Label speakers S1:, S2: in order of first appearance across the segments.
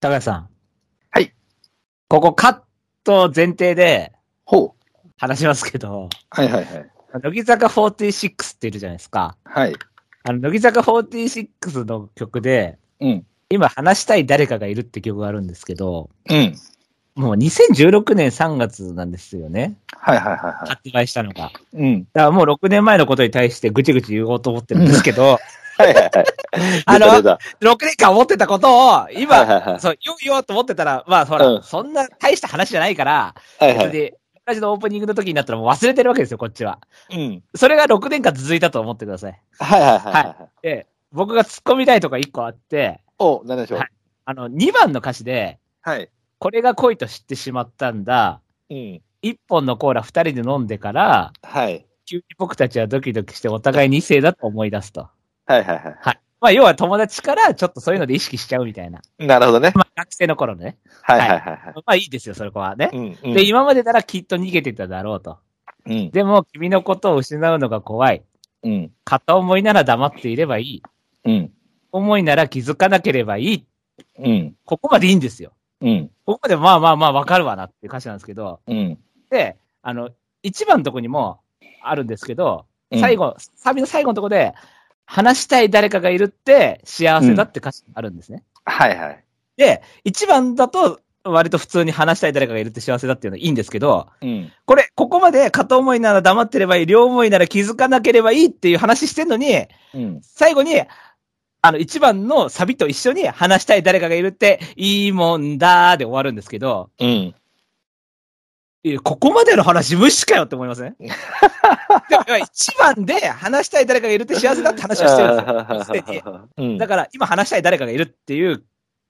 S1: 高橋さん。
S2: はい。
S1: ここカット前提で
S2: ほう。
S1: 話しますけど、
S2: はいはいはい。
S1: 乃木坂46っているじゃないですか。
S2: はい。
S1: あの、乃木坂46の曲で、
S2: うん。
S1: 今話したい誰かがいるって曲があるんですけど、
S2: うん。
S1: もう2016年3月なんですよね。
S2: はいはいはいは
S1: 発売したのが。だか
S2: い。うん。
S1: らもう6年前のことに対してぐちぐち言おうと思ってるんですけ ど、
S2: はいはいはい。
S1: あの
S2: 出た出た
S1: 6年間思ってたことを、今、
S2: はいはいはい
S1: そう、言おう言おうと思ってたら、まあほら、
S2: うん
S1: そんな大した話じゃないから、
S2: はい
S1: 別
S2: はい。
S1: に、私のオープニングの時になったらもう忘れてるわけですよ、こっちは。
S2: うん。
S1: それが6年間続いたと思ってください。
S2: はいはいはいはい。
S1: で、僕が突っ込みたいとか1個あって、
S2: お、なんでしょう
S1: は。いあの、2番の歌詞で、
S2: はい。
S1: これが恋と知ってしまったんだ。
S2: うん。
S1: 1本のコーラ2人で飲んでから、
S2: はい。
S1: 急に僕たちはドキドキしてお互い2世だと思い出すと。
S2: はいはいは
S1: まあ、要は友達からちょっとそういうので意識しちゃうみたいな。
S2: い。なるほどね。
S1: まあ、学生の頃のね。
S2: はいはいはいは
S1: まあ、いいですよ、それはね
S2: い。う。ん。うん
S1: で、今までならきっと逃げてただろうと。
S2: うん。
S1: でも、君のことを失うのが怖い。
S2: うん。
S1: 片思いなら黙っていればいい。
S2: うん。
S1: 思いなら気づかなければいい。
S2: うん。
S1: ここまでいいんですよ。
S2: うん。
S1: ここでまあまあまあわかるわなっていう歌詞なんですけど、
S2: うん。
S1: で、あの、一番のとこにもあるんですけど、
S2: うん
S1: 最後、サビの最後のとこで、話したい誰かがいるって幸せだって歌詞あるんですね。
S2: はいはい。
S1: で、一番だと、割と普通に話したい誰かがいるって幸せだっていうのはいいんですけど、
S2: うん。
S1: これ、ここまで片思いなら黙ってればいい、両思いなら気づかなければいいっていう話してんのに、
S2: うん。
S1: 最後に、あの、一番のサビと一緒に話したい誰かがいるって、いいもんだーで終わるんですけど、
S2: うん。
S1: いやここまでの話無視かよって思いま せんでも一番で話したい誰かがいるって幸せだって話をしてるんですよ。すで
S2: うん。
S1: に。だから今話したい誰かがいるっていう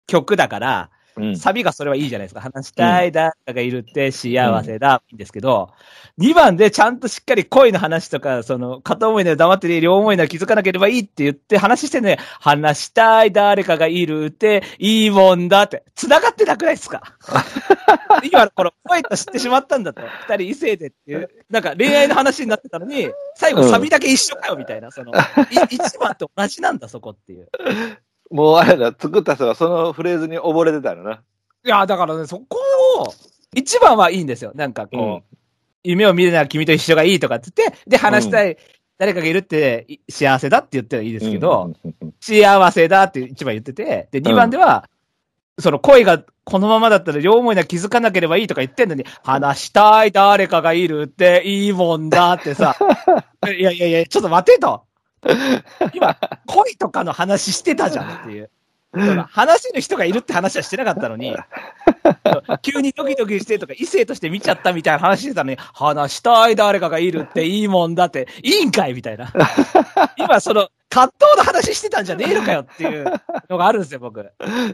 S1: 曲だから、
S2: うん。
S1: サビがそれはいいじゃないですか。話したい誰かがいるって幸せだ、いいんですけど、2番でちゃんとしっかり恋の話とか、その、片思いなら黙ってて、両思いなら気づかなければいいって言って話してね、話したい誰かがいるって、いいもんだって、繋がってなくない ですか今のこの恋と知ってしまったんだと。二人異性でっていう、なんか恋愛の話になってたのに、最後サビだけ一緒かよみたいな、 その、い一番と同じなんだそこっていう。
S2: もうあれだ、作った人はそのフレーズに溺れてたのな。
S1: いや、だからね、そこを、一番はいいんですよ。なんかこう、
S2: うん
S1: 夢を見るなら君と一緒がいいとかって言って、で、話したい、誰かがいるってい幸せだって言ってはいいですけど、
S2: うん、うん
S1: 幸せだって一番言ってて、で、
S2: ん
S1: 二番では、その恋がこのままだったら両思いなら気づかなければいいとか言ってんのに、話したい誰かがいるっていいもんだってさ、いやいやいや、ちょっと待てと。今、恋とかの話してたじゃんっていう。その話の人がいるって話はしてなかったのに、急にドキドキしてとか異性として見ちゃったみたいな話してたのに、話したい誰かがいるっていいもんだって、いいんかいみたいな。今その、葛藤の話してたんじゃねえのかよって いうのがあるんですよ、僕。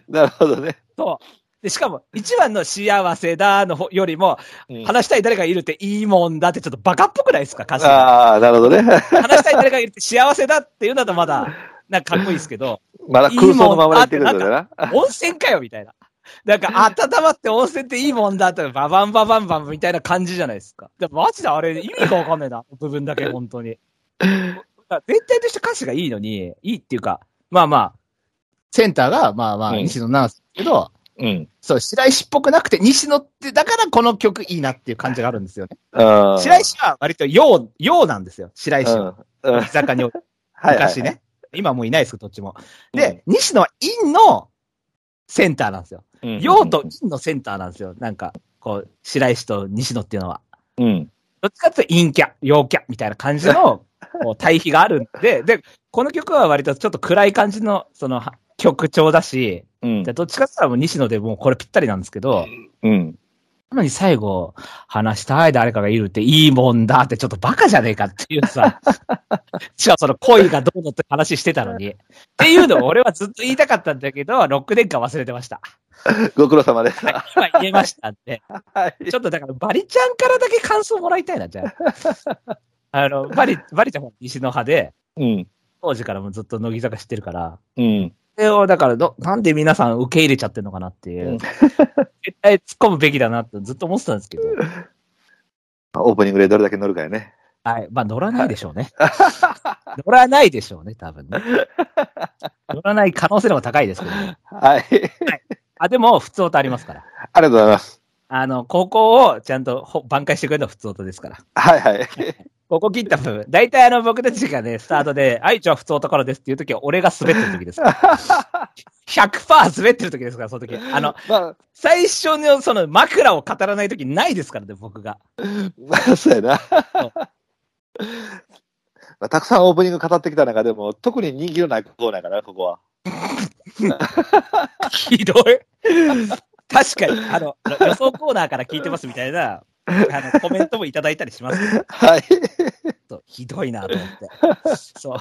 S2: なるほどね。
S1: そう。で、しかも、一番の幸せだの方よりも、
S2: うん
S1: 話したい誰かいるっていいもんだってちょっとバカっぽくないですか、歌詞が。
S2: ああ、なるほどね。
S1: 話したい誰かがいるって幸せだっていうのだとまだ、なんかかっこいいですけど、
S2: まだ空想のままで言ってくるんだよな。
S1: 温泉かよみたいな。なんか、温まって温泉っていいもんだとか、ババンババンバンみたいな感じじゃないですか。でもマジであれ、意味がわかんないな、部分だけ、本当に。だから全体として歌詞がいいのに、いいっていうか、まあまあ、センターが、まあまあ、
S2: うん
S1: 西野なんですけど、
S2: うん。
S1: そう、白石っぽくなくて、西野って、だからこの曲いいなっていう感じがあるんですよね。
S2: 白
S1: 白石は割と洋、洋なんですよ、白石は。
S2: うん。うん
S1: 居酒屋において
S2: はいはい
S1: 昔ね。今もういないですけど、どっちも。で、、西野は陰のセンターなんですよ。
S2: うん
S1: 陽と陰のセンターなんですよ。なんか、こう、白石と西野っていうのは。
S2: うん。
S1: どっちかっていうと陰キャ、陽キャみたいな感じのこう対比があるんで、で、この曲は割とちょっと暗い感じの、その、は曲調だし、
S2: うん
S1: で。どっちかって言ったらもう西野でもうこれぴったりなんですけど、
S2: うん。
S1: なのに最後、話したい誰かがいるっていいもんだってちょっとバカじゃねえかっていうさ。しかもその恋がどうのって話してたのに。っていうのを俺はずっと言いたかったんだけど、6年間忘れてました。
S2: ご苦労様です。
S1: 今言えましたんで。
S2: は い。
S1: ちょっとだからバリちゃんからだけ感想もらいたいな、じゃ あ。あの、バリ、バリちゃんは西の派で、
S2: うん。
S1: 当時からもずっと乃木坂知ってるから。
S2: うん。
S1: それをだからど、なんで皆さん受け入れちゃってるのかなっていう。
S2: うん
S1: 絶対突っ込むべきだなってずっと思ってたんですけど。
S2: オープニングでどれだけ乗るかよね。
S1: はい。まあ、乗らないでしょ うね。乗らない でしょうね、多分ね。乗らない可能性の方が高いですけど、ね。
S2: はい。
S1: あ、でも、普通音ありますから。
S2: ありがとうございます。
S1: あの、ここをちゃんとほ挽回してくれるのは普通音ですから。
S2: はいはい。
S1: ここ切った部分。大体あの、僕たちがね、スタートで、はい、じゃあ普通音からですっていう時は、俺が滑ってる時ですから。100%滑ってる時ですから、その時。あの、
S2: まあ、
S1: 最初のその枕を語らない時ないですからね、僕が。
S2: まあ、そうやな。まあ、たくさんオープニング語ってきた中でも、特に人気のないコーナーかな、ここは。
S1: ひどい。確かに、あの、予想コーナーから聞いてますみたいな、あの、コメントもいただいたりしますけど
S2: はい。
S1: そうひどいなと思って。そう。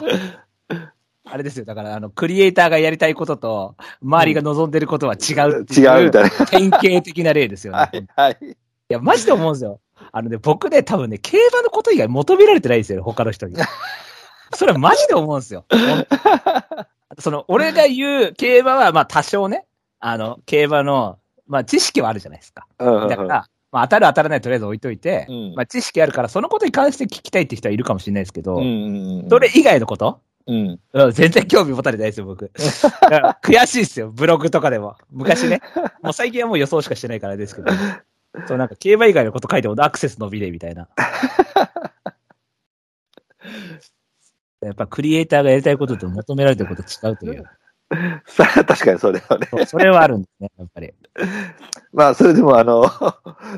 S1: あれですよ。だから、あの、クリエイターがやりたいことと、周りが望んでることは違うってい
S2: 違うみたいな。
S1: 典型的な例ですよね。
S2: はいいはい。
S1: や、マジで思うんですよ。あのね、僕ね、多分ね、競馬のこと以外求められてないですよね、他の人に。それはマジで思うんですよ。 その、俺が言う競馬は、まあ多少ね、あの、競馬の、まあ知識はあるじゃないですか。
S2: うんうんうん
S1: だから、まあ当たる当たらないとりあえず置いといて、
S2: うん
S1: まあ知識あるから、そのことに関して聞きたいって人はいるかもしれないですけど、
S2: うんうんうん
S1: それ以外のこと、
S2: うん。
S1: うん、全然興味持たれてないですよ、 僕。だから悔しいですよ、ブログとかでも。昔ね。もう最近はもう予想しかしてないからあれですけど。そう、なんか競馬以外のこと書いてもアクセス伸びねえみたい な。やっぱクリエイターがやりたいことと求められてること違うと いう。
S2: さあ、 確かにそうだよね。
S1: そうそれはあるんですね、やっぱり。
S2: まあ、それでも、あの、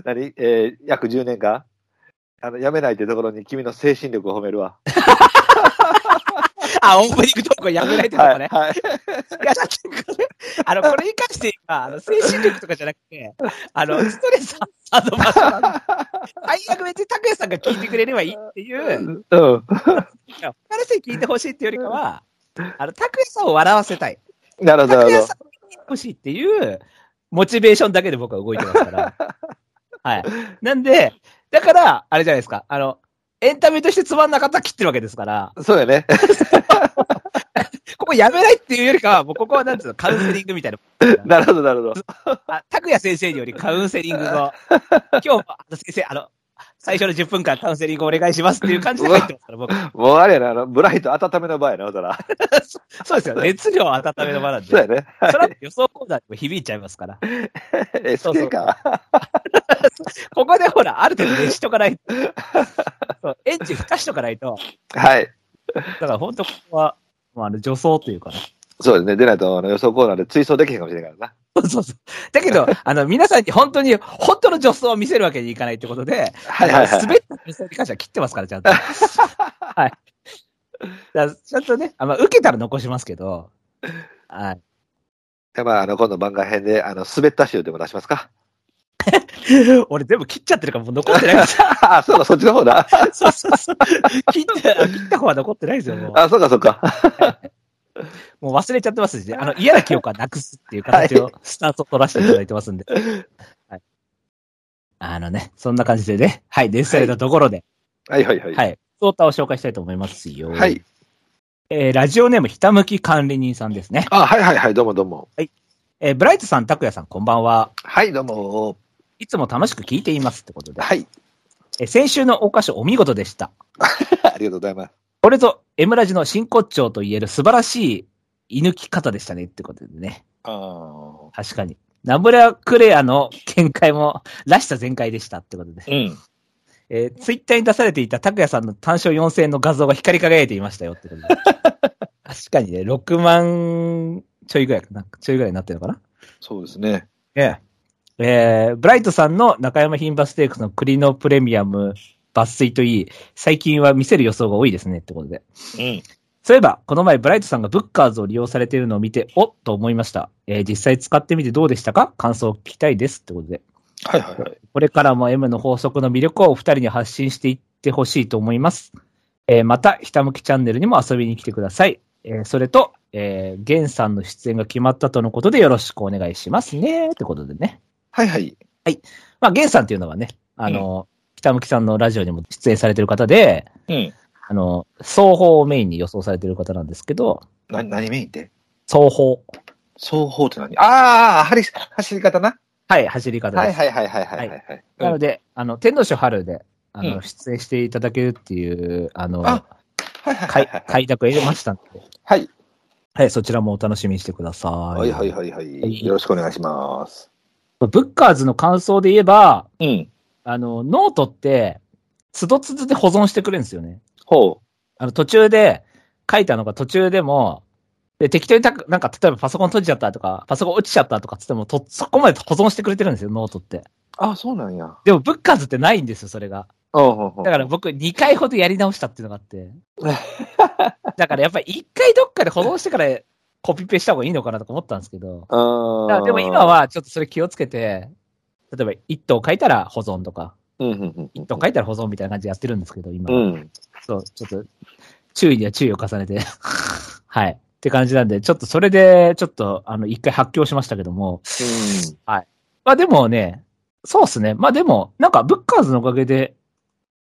S2: 何えー約10年間、あの、やめないってところに君の精神力を褒めるわ。
S1: あ、オープニングトークはやめないってことね。
S2: はい。
S1: いや、だってこれ、あの、これに関して言えば、あの、精神力とかじゃなくて、あの、ストレス発散の場所なんだ。最悪別に拓也さんが聞いてくれればいいっていう、
S2: うん。
S1: いや他の人に聞いてほしいっていうよりかは、あの、拓也さんを笑わせたい。
S2: なるほど、な
S1: 拓
S2: る
S1: 也
S2: ほ
S1: さんを見てほしいっていう、モチベーションだけで僕は動いてますから。はい。なんで、だから、あれじゃないですか。あの、エンタメとしてつまんなかったら切ってるわけですから、
S2: ど。そうやね。
S1: ここやめないっていうよりかは、もうここはなんつうの、カウンセリングみたいな。
S2: なるほど、なるほど。
S1: あ、拓也先生によりカウンセリングの、今日も、あの先生、あの、最初の10分間カウンセリングお願いしますっていう感じで入ってますから、僕。
S2: もうあれやな、あの、ブライト温めの場合やな、ほんなら。
S1: そうですよ。熱量温めの場なんで。
S2: そうやね。
S1: それは予想講座にも響いちゃいますから。そうそう
S2: SK か。
S1: ここでほら、ある程度熱しとかないと。そうエンジン吹かしとかないと。
S2: はい。
S1: だから本当ここは、もうあの、助走というかね。
S2: そうですね。でないと、あの、予想コーナーで追走できへんかもしれないからな。
S1: そうそうそう。だけど、あの、皆さんに本当に、本当の助走を見せるわけにいかないってことで、
S2: はいはいはい。
S1: 滑った助走に関しては切ってますから、ち ゃんと。はい。だからちゃんとね、あまあ、受けたら残しますけど、はい。
S2: でまあ、あの、今度番外編で、あの、滑った集でも出しま すか。
S1: 俺全部切っちゃってるからもう残って ないです。
S2: あ、そうか、そっちの方だ。
S1: そうそうそう。切った、切った方は残ってないですよ、もう。
S2: あ、そうか、そうか。
S1: もう忘れちゃってますし、ね、あの、嫌な記憶はなくすっていう形
S2: は
S1: を、スタートを取らせていただいてますんで。はい。あのね、そんな感じでね、はい、伝説のところで、
S2: はいはいは。
S1: はいい、ソータを紹介したいと思いますよ。
S2: はい。
S1: えーラジオネーム、ひたむき管理人さんですね。
S2: あ、はいはいはい、どうもどうも。
S1: えーブライトさん、拓也さん、こんばんは。
S2: はい、どうも。
S1: いつも楽しく聞いていますってことで。
S2: はい。
S1: えー先週のお菓子、お見事でした。
S2: ありがとうございます。
S1: これぞ、エムラジの真骨頂と言える素晴らしい居抜き方でしたねってことでね。
S2: あー
S1: 確かに。ナムラクレアの見解も、らしさ全開でしたってことで。
S2: うん。
S1: えーツイッターに出されていた拓也さんの単勝4000円の画像が光り輝いていましたよってことで。確かにね、6万ちょいぐらいかな、ちょいぐらいになってるのかな。
S2: そうですね。
S1: ええ。えーブライトさんの中山牝馬ステークスの栗のプレミアム抜粋といい、最近は見せる予想が多いですねってことで。
S2: うん。
S1: そういえば、この前ブライトさんがブッカーズを利用されているのを見て、おっと思いました。えー実際使ってみてどうでしたか感想を聞きたいですってことで。
S2: はいはいはい。
S1: これからも M の法則の魅力をお二人に発信していってほしいと思います。えーまた、ひたむきチャンネルにも遊びに来てください。えーそれと、えー、ゲンさんの出演が決まったとのことでよろしくお願いしますね。ってことでね。
S2: はいはい。
S1: まあ、ゲンさんっていうのはね、あの、ひたむきさんのラジオにも出演されてる方で、
S2: うん。
S1: あの、双方をメインに予想されてる方なんですけど、
S2: な、何メインって
S1: 双方。
S2: 双方って何ああ、走り、走り方な。
S1: はい、走り方です。
S2: はいはいはいはいはいは。
S1: はい
S2: はい
S1: なので、あの、天皇賞春で、あの、
S2: うん
S1: 出演していただけるっていう、あの、
S2: あはいはいは
S1: 開
S2: いはい。
S1: 開拓を得ましたんで、
S2: はい。
S1: はい、そちらもお楽しみにしてください。
S2: はいはいはいは。
S1: はいい
S2: よろしくお願いします。
S1: ブッカーズの感想で言えば、
S2: うん。
S1: あの、ノートって、つどつどで保存してくれるんですよね。
S2: ほ
S1: あの、途中で、書いたのが途中でも、で、適当にたく、なんか、例えばパソコン閉じちゃったとか、パソコン落ちちゃったとかっつっても、と、そこまで保存してくれてるんですよ、ノートって。
S2: う。あ、そうなんや。
S1: でも、ブッカーズってないんですよ、それが。
S2: うんうんうん。
S1: だから僕、2回ほどやり直したっていうのがあって。だからやっぱり1回どっかで保存してからコピペした方がいいのかなとか思ったんですけど。だから
S2: あ
S1: でも今、はちょっとそれ気をつけて、例えば1等書いたら保存とか、
S2: うんうんうんうん。
S1: 1等書いたら保存みたいな感じでやってるんですけど、今。
S2: うん。
S1: そう、ちょっと、注意には注意を重ねて。 はい。って感じなんで、ちょっとそれで、ちょっと、あの、一回発狂しましたけども。まあでもね、そうっすね。まあでも、なんか、ブッカーズのおかげで、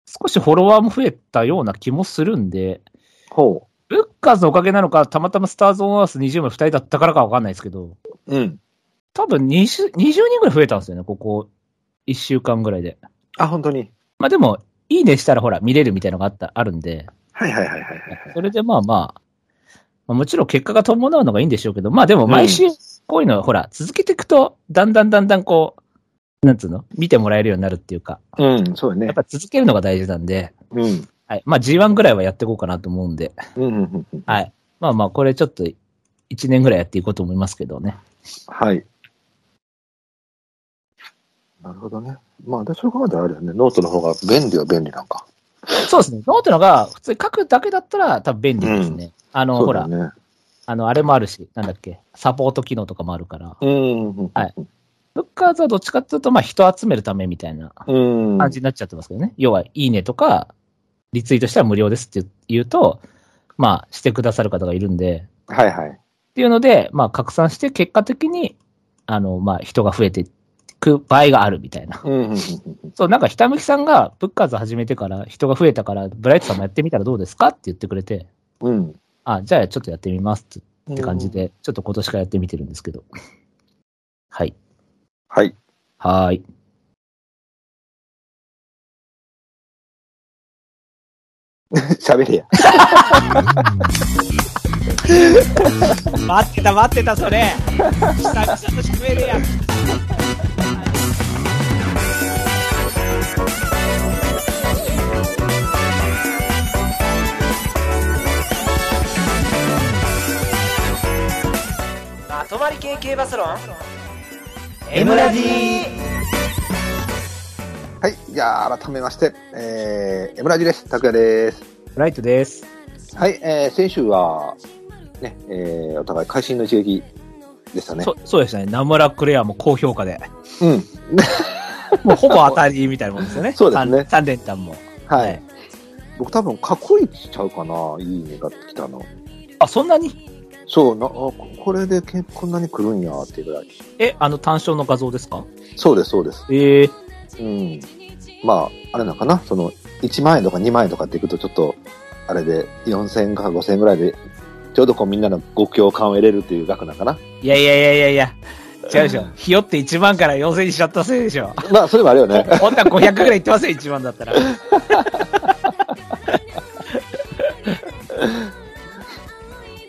S1: 少しフォロワーも増えたような気もするんで、
S2: ほ
S1: ブッカーズのおかげなのか、たまたまスターズオンアース20名2人だったからかわかんないですけど、
S2: う。うん。
S1: 多分 20, 20人ぐらい増えたんですよね、ここ1週間ぐらいで。
S2: あ、本当に。
S1: まあでも、いいねしたらほら、見れるみたいなのがあった、あるんで、
S2: はいはいはいはいはい。
S1: それでまあまあ、まあ、もちろん結果が伴うのがいいんでしょうけど、まあでも毎週こういうのはほら、続けていくと、だんだんだんだんこう、なんつうの見てもらえるようになるっていうか、
S2: うん、そうやね
S1: やっ。ぱ続けるのが大事なんで、
S2: うん。
S1: はい。まあ G1 ぐらいはやっていこうかなと思うんで、
S2: うんうんうんうん。
S1: はい。まあまあ、これちょっと1年ぐらいやっていこうと思いますけどね。
S2: はい。なるほどね。まあ、私は考えたらあれだね。ノートの方が便利は便利なんか。
S1: そうですね。ノートのが普通に書くだけだったら多分便利ですね。あの、
S2: そ
S1: ほ
S2: うだ
S1: ら、
S2: ね。
S1: あの、あれもあるし、なんだっけ、サポート機能とかもあるから、
S2: うんうんうん。
S1: はいブッカーズはどっちかっていうと、まあ人集めるためみたいな
S2: うん。
S1: 感じになっちゃってますけどね。要は、いいねとか、リツイートしたら無料ですって言うと、まあ、してくださる方がいるんで、
S2: はいはい。
S1: っていうので、まあ、拡散して、結果的に、あの、まあ、人が増えていく場合があるみたいな。
S2: うんうんうん
S1: そう、なんか、ひたむきさんが、ブッカーズ始めてから、人が増えたから、ブライトさんもやってみたらどうですかって言ってくれて、
S2: うん。
S1: あ、じゃあ、ちょっとやってみますって
S2: うん。
S1: って感じ。で、ちょっと今年からやってみてるんですけど。はい。
S2: はい。
S1: はーい。
S2: 喋れや。
S1: 待ってた、待ってた、それ。久々と喋るやん。まとまり系系バスロン
S3: M ラジ
S2: はい。じゃあ、改めまして、えー、エムラジです。拓也です。
S1: ライトです。
S2: はい。えー、先週は、ね、えー、お互い会心の一撃でしたね。
S1: そそうでしたね。ナムラクレアも高評価で。
S2: うん。
S1: もうほぼ当たりみたいなもんですよね。
S2: そうですね
S1: 三三連単も。
S2: はい。。僕多分過去一ちゃうかな、いいねが来たの。
S1: あ、そんなに
S2: そうなあ、ここれでけこんなに来るんやっていうぐらい。
S1: え、あの単勝の画像ですか
S2: そうです、そうです。
S1: ええ
S2: うん。まあ、あれなのかな、その、1万円とか2万円とかっていくと、ちょっと、あれで、4000円か5000円ぐらいで、ちょうどこうみんなのご共感を得れるっていう額なのかな。
S1: いやいやいやいやいや。違うでしょ。ひよって1万から4000にしちゃったせいでしょ。
S2: まあ、それもあるよね。
S1: ほんとは500ぐらいいってますよ、1万だった ら。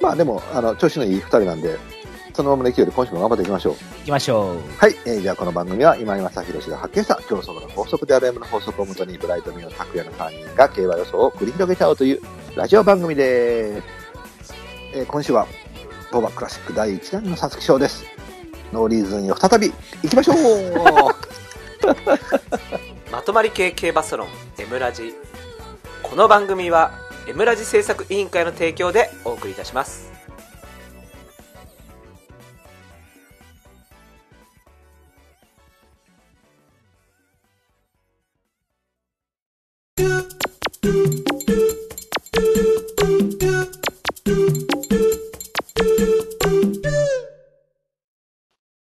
S2: まあ、でも、あの、調子のいい2人なんで、そのままの勢いで今週も頑張っていきましょう。
S1: 行きましょう。
S2: はい、えーじゃあこの番組は今井正弘が発見した競争の法則である M の法則をもとにブライトミの拓也の3人が競馬予想を繰り広げちゃおうというラジオ番組です。えー今週は、ボバクラシック第1弾の皐月賞です。ノーリーズンよ、再び行きましょう
S3: まとまり系系バスロン M ラジこの番組は M ラジ制作委員会の提供でお送りいたします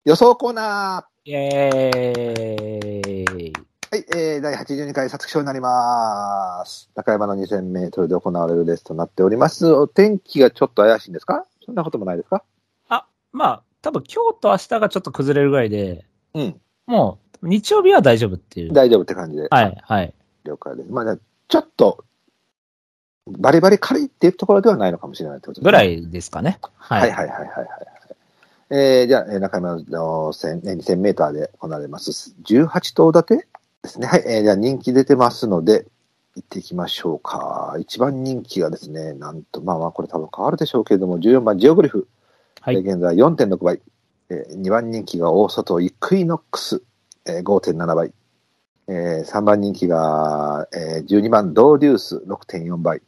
S2: 予想コーナ
S1: イェーイ。
S2: ーはい、えー第82回皐月賞になります。中山の2000メートルで行われるレースとなっております。お天気がちょっと怪しいんですかそんなこともないですか
S1: まあ、多分今日と明日がちょっと崩れるぐらいで、
S2: うん。
S1: もう日曜日は大丈夫っていう。
S2: 大丈夫って感じで。
S1: はい、はい。
S2: 了解です。まあ、じゃあちょっと、バリバリ軽いっていうところではないのかもしれないってことですね
S1: ぐらいですかね。は
S2: はい
S1: い。
S2: はいはいはいはい。えー、じゃあ、えー中山の千えー2000メーターで行われます、18頭立てですね。はい、えーじゃあ人気出てますので、行っていきましょうか。一番人気がですね、なんと、まあまあこれ多分変わるでしょうけれども、14番ジオグリフ。
S1: はい
S2: えー現在4.6倍。えー、2番人気が大外イクイノックス、えー、5.7倍。えー、3番人気が、えー、12番ドーデュース6.4倍。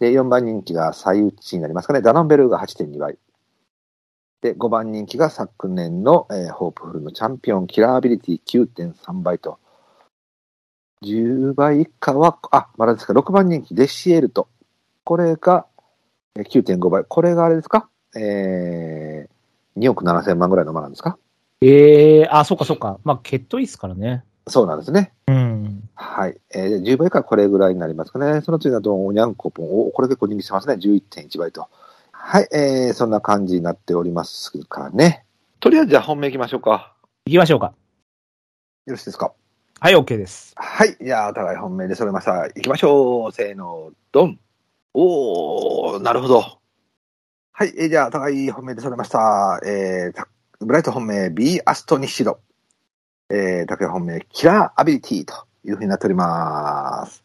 S2: で、4番人気が最内になりますかね。ダノンベルーが8.2倍。で、5番人気が昨年の、えーホープフルのチャンピオン、キラーアビリティ9.3倍と。10倍以下は、あ、まだですか、6番人気、デシエルト。これが、えー9.5倍。これがあれですかえー、2億7千万ぐらいの馬なんですか
S1: ええあ、そうかそうか。まあ、決闘いいですからね。
S2: そうなんですね。
S1: うん。
S2: はい。えー、10倍以下はこれぐらいになりますかね。その次だと、おにゃんこぽん。お、これ結構人気してますね。11.1倍と。はい。えー、そんな感じになっておりますかね。とりあえず、じゃあ本命いきましょうか。
S1: 行きましょうか。
S2: よろしいですか
S1: はい、OK です。
S2: はい。じゃあ、お互い本命で揃えました。行きましょう。せーの、ドン。おー、なるほど。はい。えーじゃあ、お互い本命で揃えました。えーた、ブライト本命、ビーアストニッシド。えー、竹本命、キラーアビリティというふうになっております。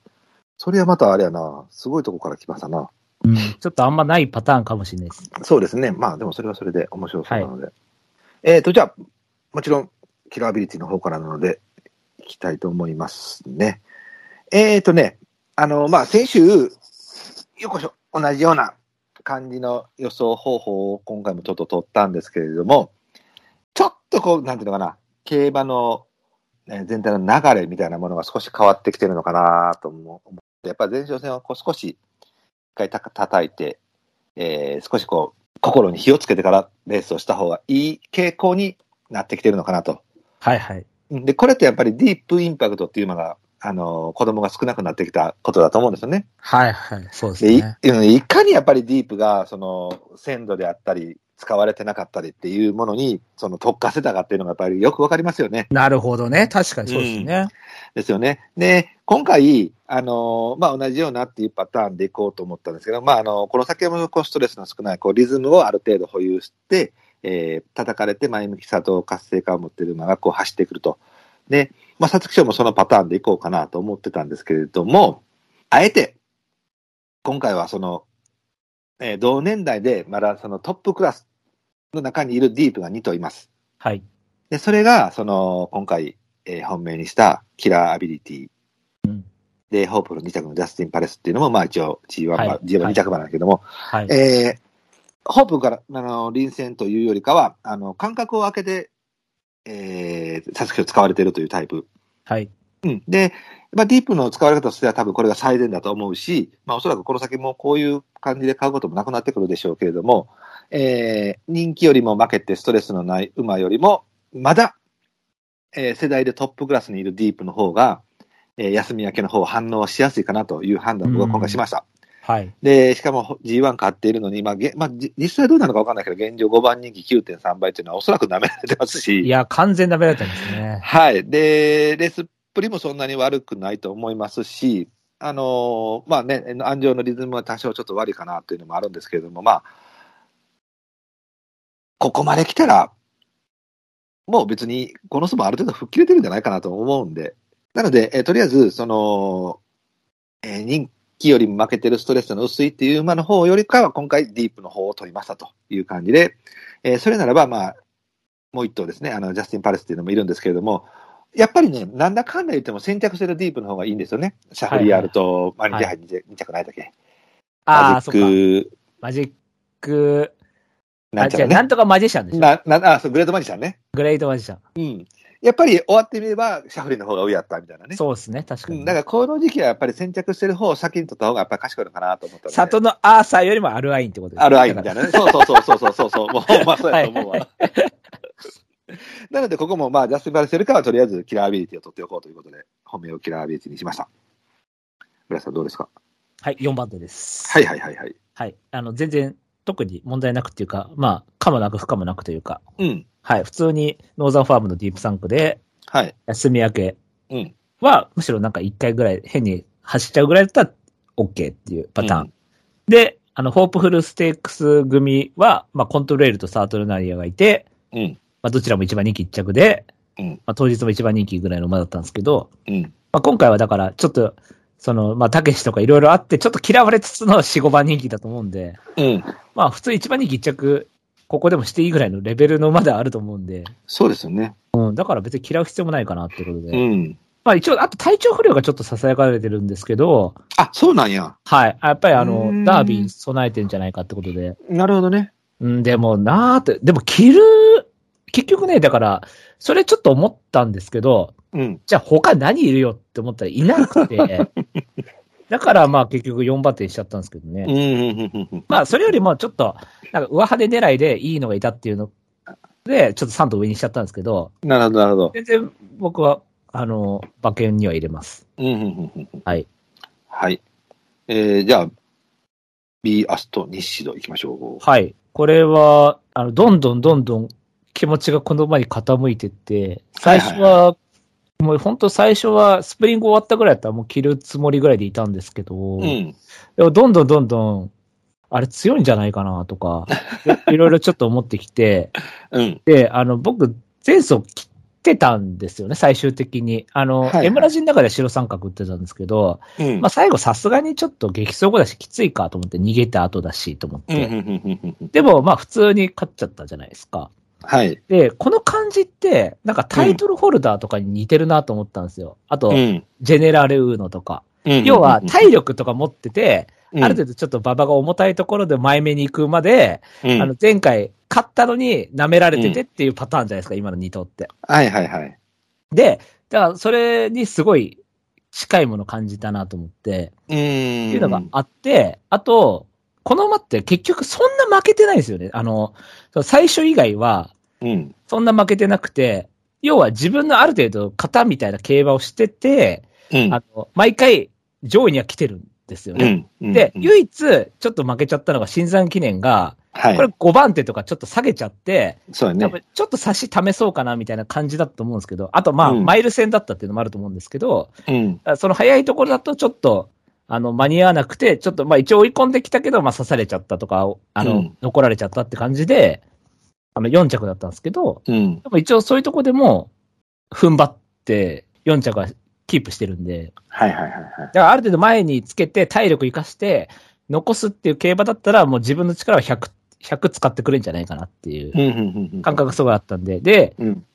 S2: それはまたあれやな、すごいとこから来ましたな。
S1: うん。ちょっとあんまないパターンかもしれないです。
S2: そうですね。まあ、でもそれはそれで面白そうなので。えーと、じゃあ、もちろん、キラーアビリティの方からなので、いきたいと思いますね。えーとね、あの、まあ、先週、よっこしょ、同じような感じの予想方法を今回もちょっと取ったんですけれども、ちょっとこう、なんていうのかな、競馬の、えー全体の流れみたいなものが少し変わってきてるのかなと思思って、やっぱり前哨戦をこう少し、一回た叩いて、えー少しこう、心に火をつけてからレースをした方がいい傾向になってきてるのかなと。
S1: はいはい。
S2: うんで、これってやっぱりディープインパクトっていうのが、あのー、子供が少なくなってきたことだと思うんですよね。
S1: はいはい。そうです
S2: でい
S1: ね。
S2: うんいかにやっぱりディープが、その、鮮度であったり、使われてなかったりっていうものに、その、特化せたかっていうのがやっぱりよくわかりますよね。
S1: なるほどね。確かにそうですね。
S2: ですよね。で、今回、あのーまあ、同じようなっていうパターンでいこうと思ったんですけど、まあ、あのこの先もこうストレスの少ない、こう、リズムをある程度保有して、えー、叩かれて前向きさと活性化を持っている馬がこう走ってくると。で、まあ、皐月賞もそのパターンでいこうかなと思ってたんですけれども、あえて、今回はその、えー同年代でまだそのトップクラスの中にいるディープが2頭います。
S1: はい。
S2: で、それが、その、今回、えー本命にした、キラーアビリティ。
S1: うん
S2: で、ホープの2着のジャスティン・パレスっていうのも、まあ一応 G1
S1: はい
S2: 馬、G12 着馬なんだけども、
S1: はい。
S2: えーホープから、あの、臨戦というよりかは、あの、間隔を空けて、えー、サスケを使われているというタイプ。
S1: はい。
S2: うん。で、まあディープの使われ方としては多分これが最善だと思うし、まあおそらくこの先もこういう感じで買うこともなくなってくるでしょうけれども、えー人気よりも負けてストレスのない馬よりも、まだ、えー世代でトップクラスにいるディープの方が、えー休み明けの方反応しやすいかなという判断を僕は今回しました。
S1: はい。げ
S2: で、しかも G1 買っているのに、まあ、げまあ、じ実際どうなのかわかんないけど、現状5番人気9.3倍というのはおそらく舐められてますし。
S1: いや、完全ダメだったんですね。
S2: はい。で、レースっぷりもそんなに悪くないと思いますし、あのーまあね、安城のリズムは多少ちょっと悪いかなというのもあるんですけれども、まあ、ここまで来たら、もう別に、この相撲ある程度吹っ切れてるんじゃないかなと思うんで、なので、えーとりあえず、その、えー人気よりも負けてるストレスの薄いっていう馬の方よりかは、今回ディープの方を取りましたという感じで、えーそれならば、まあ、もう一頭ですね、あの、ジャスティン・パレスっていうのもいるんですけれども、やっぱりね、なんだかんだ言っても先着するディープの方がいいんですよね。シャフリヤールと、マ
S1: い
S2: ニジャハに2着ないだっけ。
S1: ああ、
S2: マジ
S1: そっか。
S2: ック、
S1: マジック、
S2: な
S1: あ、
S2: んちゃ
S1: 違
S2: ら
S1: う、な
S2: ね。
S1: んとかマジシャンでしょ。
S2: な、な、あ、そう、グレードマジシャンね。
S1: グレートマジシャン。
S2: うん。やっぱり終わってみれば、シャフリーの方が上やったみたいなね。
S1: そうですね、確か
S2: う
S1: に。
S2: んだから、この時期はやっぱり先着してる方を先に取った方がやっぱり賢いのかなと思ったので。
S1: 里のアーサーよりもアルアインってことですね。
S2: ある愛みた
S1: だ
S2: い
S1: か
S2: な ね。そうそうそうそうそうそうそう。もう、ほんまそうやと思うわ。なので、ここもまあ、ジャスティン・バレスよりかは、とりあえずキラーアビリティを取っておこうということで、本命をキラーアビリティにしました。村さんどうですか
S1: らはい、4番手です。
S2: はいはいはいはい。
S1: はい。あの、全然、特に問題なくっていうか、まあ、かもなく不可もなくというか、
S2: うん。
S1: はい。普通に、ノーザンファームのディープサンクで、
S2: はい。
S1: 休み明け
S2: うん
S1: は、むしろなんか1回ぐらい変に走っちゃうぐらいだったら、 OK っていうパターン。で、あの、ホープフルステークス組は、まあ、コントレールとサートルナリアがいて、
S2: うん。
S1: まあ、どちらも一番人気一着で、
S2: うん
S1: まあ、当日も一番人気ぐらいの馬だったんですけど、
S2: うん。
S1: まあ、今回はだから、ちょっと、その、まあ、たけしとかいろいろあって、ちょっと嫌われつつの4、5番人気だと思うんで、
S2: うん。
S1: まあ、普通一番人気一着、ここでもしていいぐらいのレベルの馬ではあると思うんで、
S2: そうですよね。
S1: うん、だから別に嫌う必要もないかなってことで。
S2: うん。
S1: まあ一応、あと体調不良がちょっと囁かれてるんですけど、
S2: あ、そうなんや。
S1: はい。あやっぱりあ
S2: うーん
S1: の、ダービーに備えてんじゃないかってことで。
S2: なるほどね。
S1: うん、でもなーって、でも着る、結局ね、だから、それちょっと思ったんですけど、
S2: うん。
S1: じゃあ他何いるよって思ったらいなく て、だからまあ結局4番手にしちゃったんですけどね。
S2: うん。うん。うんうん。
S1: まあそれよりもちょっと、なんか上派手狙いでいいのがいたっていうので、ちょっと3頭上にしちゃったんですけど、
S2: なるほど、なるほど。
S1: 全然僕は、あの、馬券には入れます。
S2: うん。うんうんうんうん。
S1: はい。
S2: はい。えー、じゃあ、B アストニッシド行きましょ
S1: はい。これは、あの、どんどんどんどん気持ちがこの馬に傾いてって、最初は、もう本当最初はスプリング終わったぐらいだったらもう着るつもりぐらいでいたんですけど、
S2: う。うん。
S1: でもどんどんどんどん、あれ強いんじゃないかなとか、 いいろいろちょっと思ってきて、
S2: うん。
S1: で、あの、僕、前走切ってたんですよね、最終的に。あの、
S2: はいはい
S1: エムラジの中では白三角打ってたんですけど、
S2: うん
S1: まあ最後さすがにちょっと激走後だしきついかと思って逃げた後だしと思っ
S2: うんうん
S1: て。
S2: うんうんうん
S1: でも、まあ普通に勝っちゃったじゃないですか。
S2: はい。
S1: で、この感じって、なんかタイトルホルダーとかに似てるなと思ったんですよ。あと、
S2: ん。
S1: ジェネラルウーノとか。
S2: うん
S1: 要は、体力とか持ってて、
S2: うん
S1: ある程度ちょっと馬場が重たいところで前目に行くまで、
S2: うん
S1: あの、前回勝ったのに舐められててっていうパターンじゃないですか、今の2頭って。
S2: はいはいはい。
S1: で、だからそれにすごい近いもの感じたなと思って、
S2: う
S1: っ
S2: ん。
S1: ていうのがあって、あと、この馬って結局そんな負けてないんですよね。あの、その最初以外は、
S2: うん。
S1: そんな負けてなくて、要は自分のある程度型みたいな競馬をしてて、
S2: うん。
S1: あの、毎回上位には来てるんですよね。
S2: うん
S1: で、
S2: うん
S1: 唯一ちょっと負けちゃったのが新山記念が、
S2: はい
S1: これ。5番手とかちょっと下げちゃって、
S2: そ
S1: 多
S2: うやね。
S1: 分ちょっと差し試そうかなみたいな感じだったと思うんですけど、あとまあ、
S2: うん
S1: マイル戦だったっていうのもあると思うんですけど、
S2: うん。
S1: その早いところだとちょっと、あの、間に合わなくて、ちょっとまあ一応追い込んできたけど、まあ刺されちゃったとか、あの、
S2: うん
S1: 残られちゃったって感じで、あの、4着だったんですけど、
S2: うん。
S1: でも一応そういうとこでも、踏ん張って、4着はキープしてるんで、
S2: はいはいはいはい
S1: だ。からある程度前につけて、体力生かして、残すっていう競馬だったら、もう自分の力を100、100使ってくれるんじゃないかなっていう
S2: うんうんうんうん。
S1: 感覚がすごいあったんで、で、
S2: うん。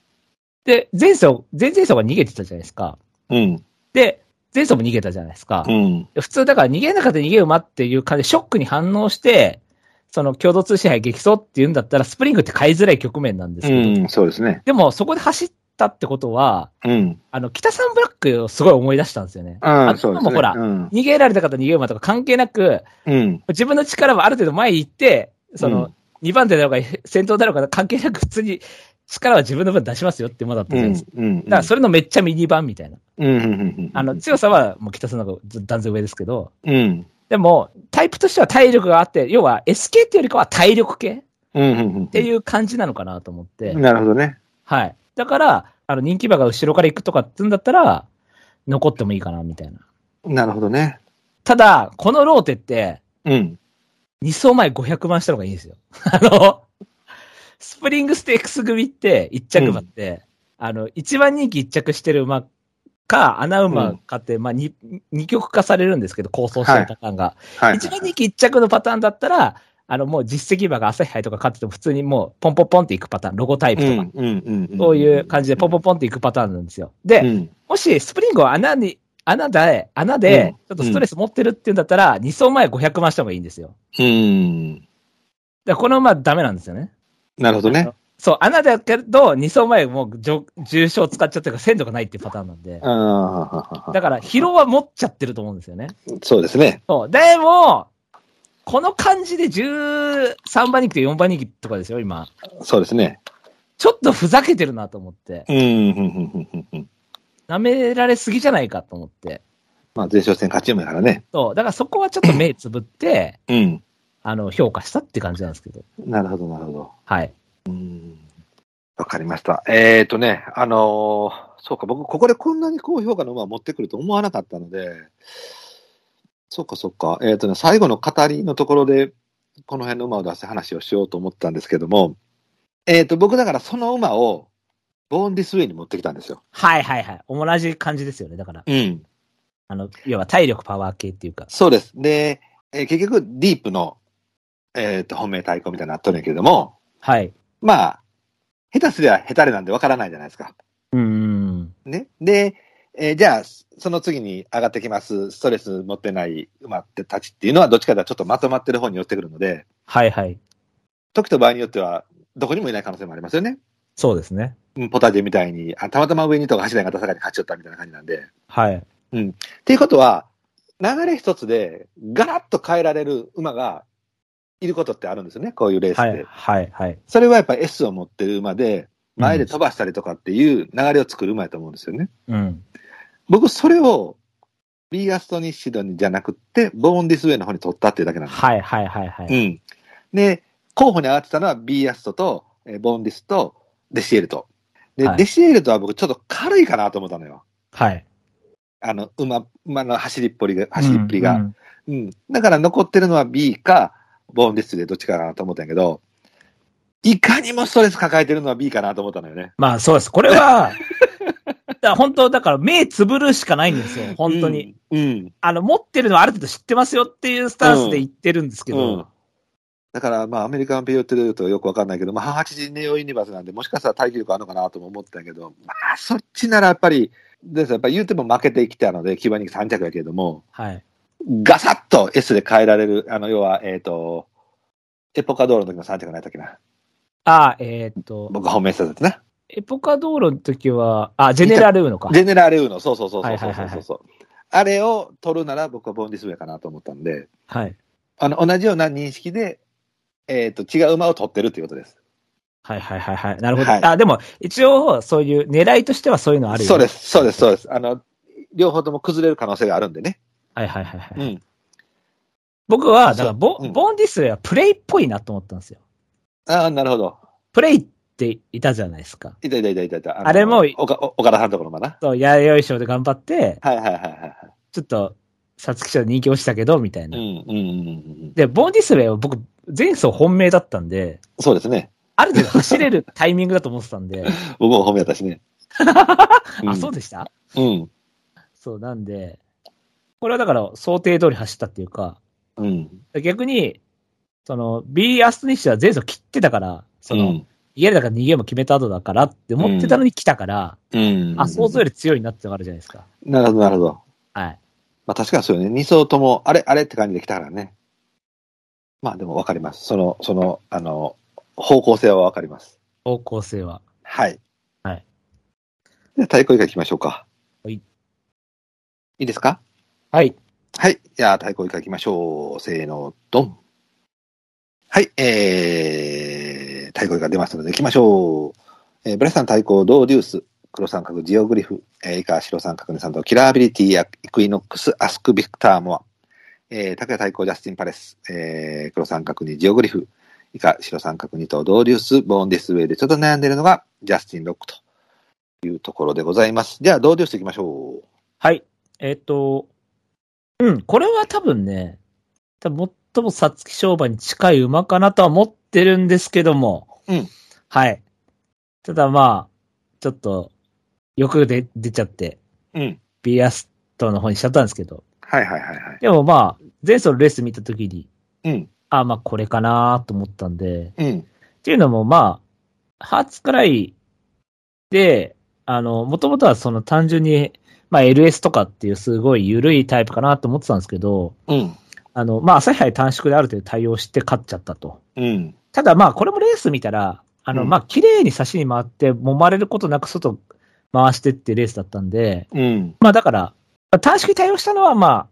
S1: で、前走、前々走が逃げてたじゃないですか。
S2: うん。
S1: で、前走も逃げたじゃないですか
S2: う。ん。
S1: 普通だから逃げなかったら逃げ馬っていう感じで、ショックに反応して、その共同通信杯激走っていうんだったら、スプリングって買いづらい局面なんですけど、
S2: うん。そうですね。
S1: でもそこで走ったってことは、
S2: うん。
S1: あの、北サンブラックをすごい思い出したんですよね。
S2: あ
S1: あ
S2: あ、そうです
S1: も
S2: ね。
S1: ほら、
S2: うん。
S1: 逃げられた方逃げ馬とか関係なく、
S2: うん。
S1: 自分の力はある程度前に行って、その、
S2: うん
S1: 2番手だろうが、先頭だろうが関係なく普通に力は自分の分出しますよって馬だったじ
S2: う
S1: ゃない
S2: ん
S1: ですか。。
S2: うん。
S1: だからそれのめっちゃミニ版みたいな。
S2: うん。うん。うん。
S1: あの、強さはもう北さんの方が断然上ですけど、
S2: うん。
S1: でも、タイプとしては体力があって、要は SK っていうよりかは体力系っ
S2: うん。うん。って
S1: いう感じなのかなと思って、
S2: なるほどね。
S1: はい。だから、あの、人気馬が後ろから行くとかってんだったら、残ってもいいかなみたいな。
S2: なるほどね。
S1: ただ、このローテって、
S2: うん。
S1: 2走前500万したのがいいんですよ。 あの、スプリングステークス組って1着馬って、あの、1番人気1着してる馬か、穴馬かって、まあ2、二極化されるんですけど、構想してるパターンが。
S2: はい。
S1: 一番人気1着のパターンだったら、あの、もう実績馬が朝日杯とか勝ってても普通にもうポンポンポンっていくパターン、ロゴタイプ
S2: う
S1: と
S2: ん
S1: か。。
S2: うん。うん。
S1: そういう感じでポンポンポンっていくパターンなんですよ。で、
S2: うん。
S1: もしスプリングを穴に、穴で、穴で、ちょっとストレス持ってるっていうんだったら、2走前500万した方がいいんですよ。
S2: うん。
S1: だからこの馬ダメなんですよね。
S2: なるほどね。
S1: そう、穴だけど、2走前もう重重症使っちゃってるから鮮度がないっていうパターンなんで。
S2: ああ
S1: だ。から疲労は持っちゃってると思うんですよね。
S2: そうですね。
S1: そう。でも、この感じで13番人気と4番人気とかですよ、今。
S2: そうですね。
S1: ちょっとふざけてるなと思って。
S2: うん。うん。うん。うん。
S1: 舐められすぎじゃないかと思って。
S2: まあ、前哨戦勝ち馬やからね。
S1: そう。だからそこはちょっと目つぶって、
S2: うん。
S1: あの、評価したって感じなんですけど。
S2: なるほど、なるほど。
S1: はい。
S2: うん。わかりました。えっ、ー、とね、あのーそうか、僕、ここでこんなに高評価の馬を持ってくると思わなかったので、そっかそっか。えっ、とね、最後の語りのところで、この辺の馬を出して話をしようと思ったんですけども、えっ、と、僕だからその馬を、ボーンディスウェイに持ってきたんですよ。
S1: はいはいはい。同じ感じですよね。だから、
S2: うん。
S1: あの、要は体力パワー系っていうか。
S2: そうです。で、えー結局、ディープの、えっ、と、本命対抗みたいになっとるんやけれども、
S1: はい。
S2: まあ、下手すりゃ下手れなんでわからないじゃないですか。
S1: うーん。
S2: ね。で、えーじゃあ、その次に上がってきます、ストレス持ってない馬ってたちっていうのは、どっちかというとちょっとまとまってる方に寄ってくるので、
S1: はいはい。
S2: 時と場合によっては、どこにもいない可能性もありますよね。
S1: そうですね。
S2: うんポタジェみたいに、あたまたま上にとか走らなかった坂に勝っちゃったみたいな感じなんで。っ
S1: はい。
S2: ていうことは、流れ一つでガラッと変えられる馬がいることってあるんですよね、こういうレースで。
S1: はいはいはい。
S2: それはやっぱ S を持ってる馬で、前で飛ばしたりとかっていう流れを作る馬やと思うんですよね。
S1: うん。
S2: 僕、それを、ビーアストニッシドにじゃなくって、ボーンディスウェイの方に取ったっていうだけなんです。
S1: はいはいはいは
S2: う
S1: い。
S2: ん。で、候補に上がってたのは、ビーアストと、えーボーンディスと、デシエルと。で、
S1: はい
S2: デシエルとは僕、ちょっと軽いかなと思ったのよ。
S1: はい。
S2: あの、馬、馬の走りっぽりが、走りっぷりが。
S1: う
S2: うん
S1: うんん
S2: だから残ってるのは B か、ボーンディスでどっちかかなと思ったんやけど、いかにもストレス抱えてるのは B かなと思ったのよね。
S1: まあそうです。これは、 だから本当、だから目つぶるしかないんですよ。本当に。
S2: うん。うん。
S1: あの、持ってるのはある程度知ってますよっていうスタンスで言ってるんですけど、
S2: うんだから、まあ、アメリカンペイオテルとよくわかんないけど、まあ、ハーチジネオユニバースなんで、もしかしたら耐久力あるのかなとも思ったけど、まあ、そっちならやっぱり、ですやっぱ言うても負けてきたので、基盤に3着やけれども、
S1: はい。
S2: ガサッと S で変えられる、あの、要は、えっ、と、エポカ道路の時の3着ないときな。
S1: ああ、えーっと、
S2: 僕が本命したやつね。
S1: エポカ道路の時は、あ、ジェネラルウーのか。
S2: ジェネラルウーの、そうそうそう
S1: は
S2: そう
S1: いはい
S2: そ
S1: うはいはい
S2: そうそう。あれを取るなら僕はボンディスウェイかなと思ったんで、
S1: はい。
S2: あの、同じような認識で、えっ、と、違う馬を取ってるっていうことです。
S1: はいはいはいはい。なるほど。
S2: はい
S1: あ、でも、一応、そういう、狙いとしてはそういうのあるよ、ね。
S2: そうです、そうです、そうです。あの、両方とも崩れる可能性があるんでね。
S1: はいはいはいはい。
S2: うん。
S1: 僕は、だからボ、
S2: そううん
S1: ボーンディスレイはプレイっぽいなと思ったんですよ。
S2: ああ、なるほど。
S1: プレイっていたじゃないですか。
S2: いたいたいたいたいた。の
S1: あれも
S2: 岡お岡田さんのところもな。
S1: そう、弥生賞で頑張って、
S2: はいはいはいはい。
S1: ちょっと、さつき賞で人気落ちたけど、みたい
S2: うん
S1: な。
S2: うんうんうんうん。
S1: で、ボーンディスレイは僕、前走本命だったんで、
S2: そうですね。
S1: ある程度走れるタイミングだと思ってたんで、
S2: 僕も本命だったしね。
S1: あ、そう
S2: で
S1: でした
S2: うん。
S1: そう、なんで、これはだから想定通り走ったっていうか、
S2: うん。
S1: 逆に、その、B アストニッシュは前走切ってたから、その、
S2: うん
S1: 家だから逃げも決めた後だからって思ってたのに来たから、
S2: うん。
S1: あ、想像より強いなってのがあるじゃないですか。
S2: なるほど、なるほど。
S1: はい。
S2: まあ確かにそうよね。二層とも、あれ、あれって感じで来たからね。まあでもわかります。その、その、あの、方向性はわかります。
S1: 方向性は。
S2: はい。
S1: はい。
S2: では、太鼓以下いきましょうか。
S1: はい
S2: いいですか
S1: はい。
S2: はい。じゃあ、太鼓以下いきましょう。せーの、ドン。はい。えー、太鼓以下出ますので行きましょう。えー、ブラシさん太鼓、ドーデュース、黒三角、ジオグリフ、えー、以下、白三角、ネサンド、キラーアビリティ、やイクイノックス、アスク、ビクター、モア。えー、拓也太鼓、ジャスティン・パレス、えー、黒三角にジオグリフ、以下、白三角二頭、ドーデュース、ボーンディスウェイでちょっと悩んでるのが、ジャスティン・ロックというところでございます。じゃあ、ドーデュース行きましょう。
S1: はい。えっ、と、うん、これは多分ね、多分最も皐月商売に近い馬かなとは思ってるんですけども、
S2: うん。
S1: はい。ただまあ、ちょっと、欲で出ちゃって、
S2: うん。
S1: ビアストの方にしちゃったんですけど、
S2: はいはいはいはい。
S1: でもまあ、前走のレース見たときに、
S2: うん。
S1: あまあこれかなと思ったんで、
S2: うん。
S1: っていうのもまあ、ハーツくらいで、あの、もともとはその単純に、まあ LS とかっていうすごい緩いタイプかなと思ってたんですけど、
S2: うん。
S1: あの、まあ朝日杯短縮である程度対応して勝っちゃったと。
S2: うん。
S1: ただまあこれもレース見たら、あの、
S2: うん
S1: まあ綺麗に差しに回って揉まれることなく外回してっていうレースだったんで、
S2: うん。
S1: まあだから、まあ短縮に対応したのはまあ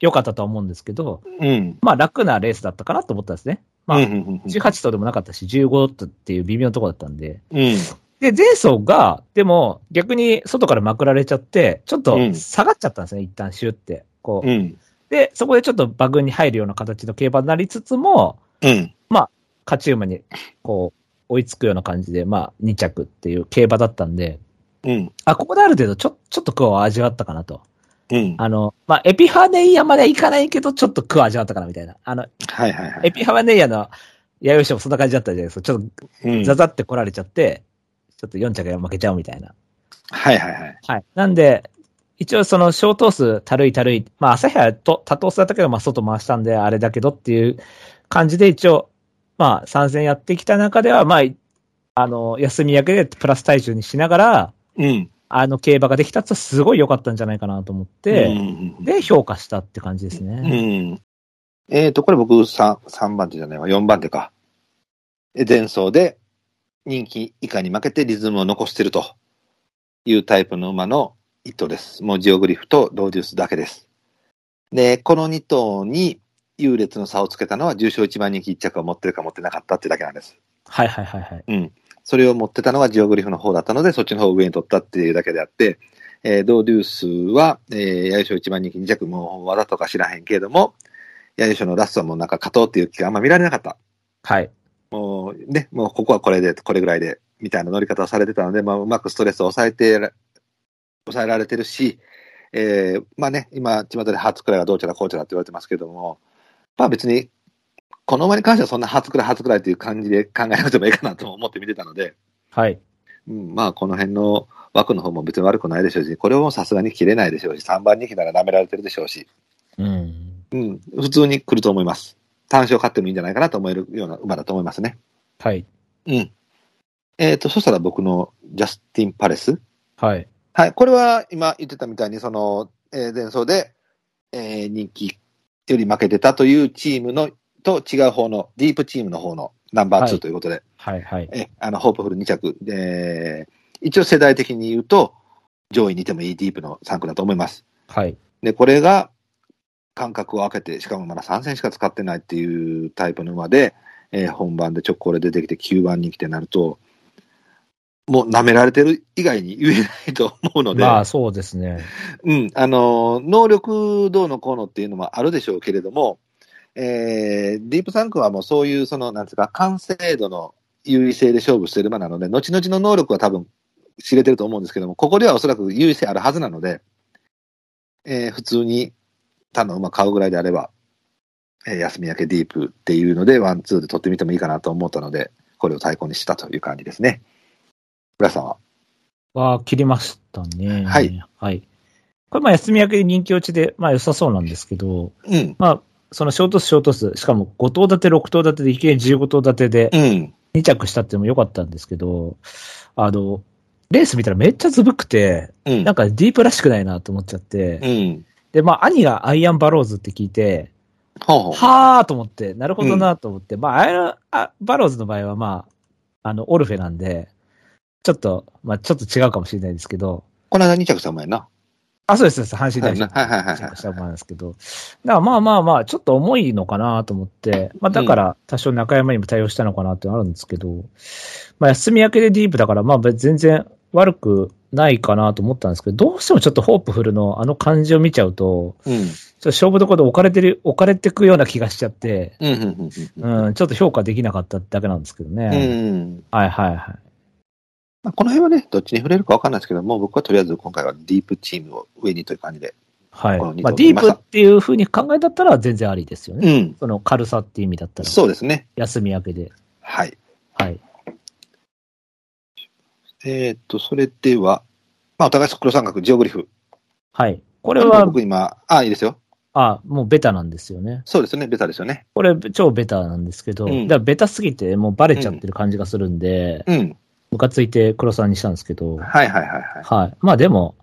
S1: 良かったとは思うんですけど、
S2: うん。
S1: まあ楽なレースだったかなと思ったんですね。まあ、
S2: うんうん
S1: 18頭でもなかったし、15頭っていう微妙なとこだったんで、
S2: うん。
S1: で、前走が、でも逆に外からまくられちゃって、ちょっ
S2: うん
S1: と下がっちゃったんですね、一旦シュって。こう。
S2: うん。
S1: で、そこでちょっと馬群に入るような形の競馬になりつつも、
S2: うん。
S1: 勝ち馬にこう、追いつくような感じで、まあ、2着っていう競馬だったんで、
S2: うん。
S1: あ、ここである程度ちょ、ちょっとこう味わったかなと。
S2: うん。
S1: あの、まあ、エピファネイアまではいかないけど、ちょっと苦を味わったかなみたいな。あの、
S2: はいはいは
S1: エ
S2: い。
S1: ピファネイアの弥生賞もそんな感じだったじゃないですか。ちょっと
S2: うん
S1: ザザって来られちゃって、ちょっと4着が負けちゃうみたいな。
S2: はいはいはい。
S1: はい。なんで、一応その小頭数、たるいたるい。まあ、朝日はと多頭数だったけど、まあ、外回したんで、あれだけどっていう感じで、一応、まあ、参戦やってきた中では、まあ、あの、休み明けでプラス体重にしながら、
S2: うん。
S1: あの競馬ができたってすごい良かったんじゃないかなと思っ
S2: う
S1: て、
S2: ん
S1: で、評価したって感じです
S2: う
S1: ね。
S2: ん。えっと、これ僕3、三番手じゃないわ、4番手か。え前走で人気以下に負けてリズムを残してるというタイプの馬の1頭です。もうジオグリフとローデュースだけです。で、この2頭に優劣の差をつけたのは重賞1番人気1着を持ってるか持ってなかったってだけなんです。
S1: はいはいはいはい。
S2: それを持ってたのはジオグリフの方だったので、そっちの方を上に取ったっていうだけであって、えー、ドーデュースは、えー、八重賞一番人気2着、もうわざとか知らへんけれども、八重賞のラストはもうなんか勝とうっていう気があんま見られなかった。
S1: はい。
S2: もうね、もうここはこれで、これぐらいで、みたいな乗り方をされてたので、まあ、うまくストレスを抑えてら、抑えられてるし、えーまあね、今、巷でハーツクライがどうちゃらこうちゃらって言われてますけども、まあ別に、この馬に関してはそんなハーツクライ、ハーツクライっていう感じで考えなくてもいいかなと思って見てたので、
S1: はい。
S2: うん、まあ、この辺の枠の方も別に悪くないでしょうし、これもさすがに切れないでしょうし、3番人気なら舐められてるでしょうし、
S1: うん。
S2: うん、普通に来ると思います。単勝勝ってもいいんじゃないかなと思えるような馬だと思いますね。
S1: はい。
S2: うん。えっ、と、そしたら僕のジャスティン・パレス。
S1: はい。
S2: はい、これは今言ってたみたいに、その、えー前走で、えー人気より負けてたというチームの、と違う方の、ディープチームの方のナンバー
S1: は
S2: 2
S1: い
S2: ということで、
S1: はいはい。
S2: え、あの、ホープフル2着。で、一応世代的に言うと、上位にいてもいいディープの3区だと思います。
S1: はい。
S2: で、これが、間隔を空けて、しかもまだ3戦しか使ってないっていうタイプの馬で、えー本番で直行で出てきて9番に来てなると、もう舐められてる以外に言えないと思うので、
S1: まあ、そうですね。
S2: うん、あの、能力どうのこうのっていうのもあるでしょうけれども、えーディープサンクはもうそういう、その、なんつうか、完成度の優位性で勝負してる馬なので、後々の能力は多分知れてると思うんですけども、ここではおそらく優位性あるはずなので、えー普通に他の馬買うぐらいであれば、えー休み明けディープっていうので、ワンツーで取ってみてもいいかなと思ったので、これを対抗にしたという感じですね。浦さんは。
S1: は、切りましたね。
S2: はい。
S1: はい。これ、まあ、休み明けで人気落ちで、まあ、良さそうなんですけど、
S2: うん。
S1: まあ、そのショート数、ショート数、しかも5頭立て、6頭立てで、いきなり15頭立てで
S2: うん。
S1: 2着したっていうのも良かったんですけど、あの、レース見たらめっちゃずぶくて、
S2: うん
S1: なん。かディープらしくないなと思っちゃって、
S2: うん。
S1: で、まあ、兄がアイアンバローズって聞いて、
S2: ほうほう。
S1: はーと思って、なるほどなと思って、まあ、アイアンあバローズの場合は、まあ、あの、オルフェなんで、ちょっと、まあ、ちょっと違うかもしれないですけど、
S2: この間2着さんもやな。
S1: あ、そうです、そうです。阪神大震
S2: はいはいはいはい
S1: チェックしたものなんですけど。だからまあまあまあ、ちょっと重いのかなと思って、まあだから多少中山にも対応したのかなってのあるんですけど、まあ休み明けでディープだから、まあ別全然悪くないかなと思ったんですけど、どうしてもちょっとホープフルのあの感じを見ちゃうと、
S2: うん。
S1: ちょっと勝負どころで置かれてる、置かれてくような気がしちゃって、
S2: うんうんうんうん
S1: うん、ちょっと評価できなかっただけなんですけど
S2: うん
S1: ね。
S2: うん
S1: はいはいはい。
S2: まあ、この辺はね、どっちに触れるか分かんないですけども、僕はとりあえず今回はディープチームを上にという感じで。
S1: はい。
S2: この二
S1: まあ
S2: 頭
S1: ディープっていう風に考えだったら全然ありですよ
S2: う
S1: ね。
S2: ん。
S1: その軽さって意味だったら、
S2: そうですね。
S1: 休み明けで。
S2: はい。
S1: はい。
S2: えーっと、それでは、まあ、お互い黒三角、ジオグリフ。
S1: はい。こ
S2: こ
S1: れは、
S2: 僕今、ああ、いいですよ。
S1: あ、もうベタなんですよね。
S2: そうですね、ベタですよね。
S1: これ、超ベタなんですけど、
S2: うん
S1: だからベタすぎて、もうバレちゃってる感じがするんで、
S2: うん。
S1: ムカついて黒さんにしたんですけど、
S2: はいはいはいはい。
S1: はい。まあでも、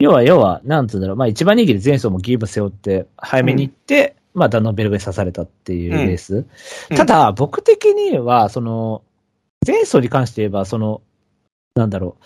S1: 要は要は、なんつうんだろう、まあ一番人気で前走もギブ背負って、早めに行って、まあダノンベルグに刺されたっていうレース。
S2: うん
S1: ただ、僕的には、その、前走に関して言えば、その、なんだろう、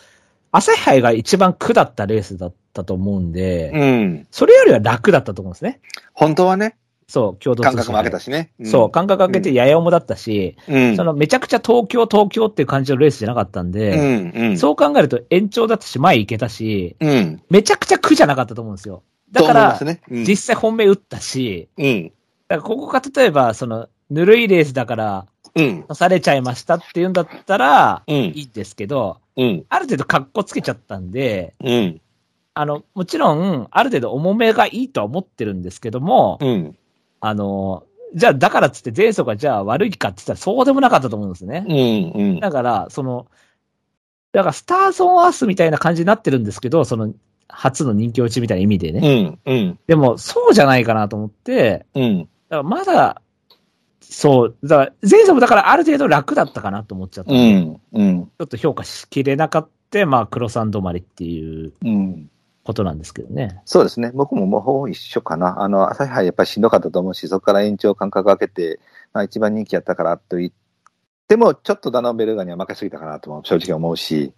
S1: 朝日杯が一番下ったレースだったと思うんで、
S2: うん。
S1: それよりは楽だったと思うんですね。
S2: 本当はね、
S1: そう、共同通
S2: 感
S1: 信
S2: 覚も開けたしね。ん
S1: そう、。感覚開けて、やや重だったし、
S2: うん。
S1: そのめちゃくちゃ東京、東京っていう感じのレースじゃなかったん
S2: う
S1: で、
S2: ん。うん。
S1: そう考えると延長だったし、前行けたし、
S2: うん。うん。
S1: めちゃくちゃ苦じゃなかったと思うんですよ。だか
S2: と思いま
S1: ら
S2: す、ね、うん
S1: 実際本命打ったし、
S2: うん。
S1: だからここが例えば、その、ぬるいレースだから、
S2: うん。
S1: 刺されちゃいましたっていうんだったら、
S2: うん。
S1: いいんですけど、
S2: うん。
S1: ある程度格好つけちゃったんで、
S2: うん。
S1: あの、もちろん、ある程度重めがいいとは思ってるんですけども、
S2: うん。
S1: あの、じゃあ、だからっつって前走がじゃあ悪いかって言ったらそうでもなかったと思うんですね。
S2: うん。うん。
S1: だから、その、だからスターズ・オン・アースみたいな感じになってるんですけど、その、初の人気落ちみたいな意味でね。
S2: うん。うん。
S1: でも、そうじゃないかなと思って、
S2: うん。
S1: だからまだ、そう、だから前走もだからある程度楽だったかなと思っちゃった。
S2: う
S1: ち
S2: ん。うん。
S1: ょっと評価しきれなかった、まあ、黒さん止まりっていう
S2: うん。
S1: ことなんですけどね。
S2: そうですね。僕ももうほぼ一緒かな。あの、朝日杯やっぱりしんどかったと思うし、そこから延長間隔空けて、まあ、一番人気やったからと言っても、ちょっとダノンベルーガには負けすぎたかなとも正直思うし、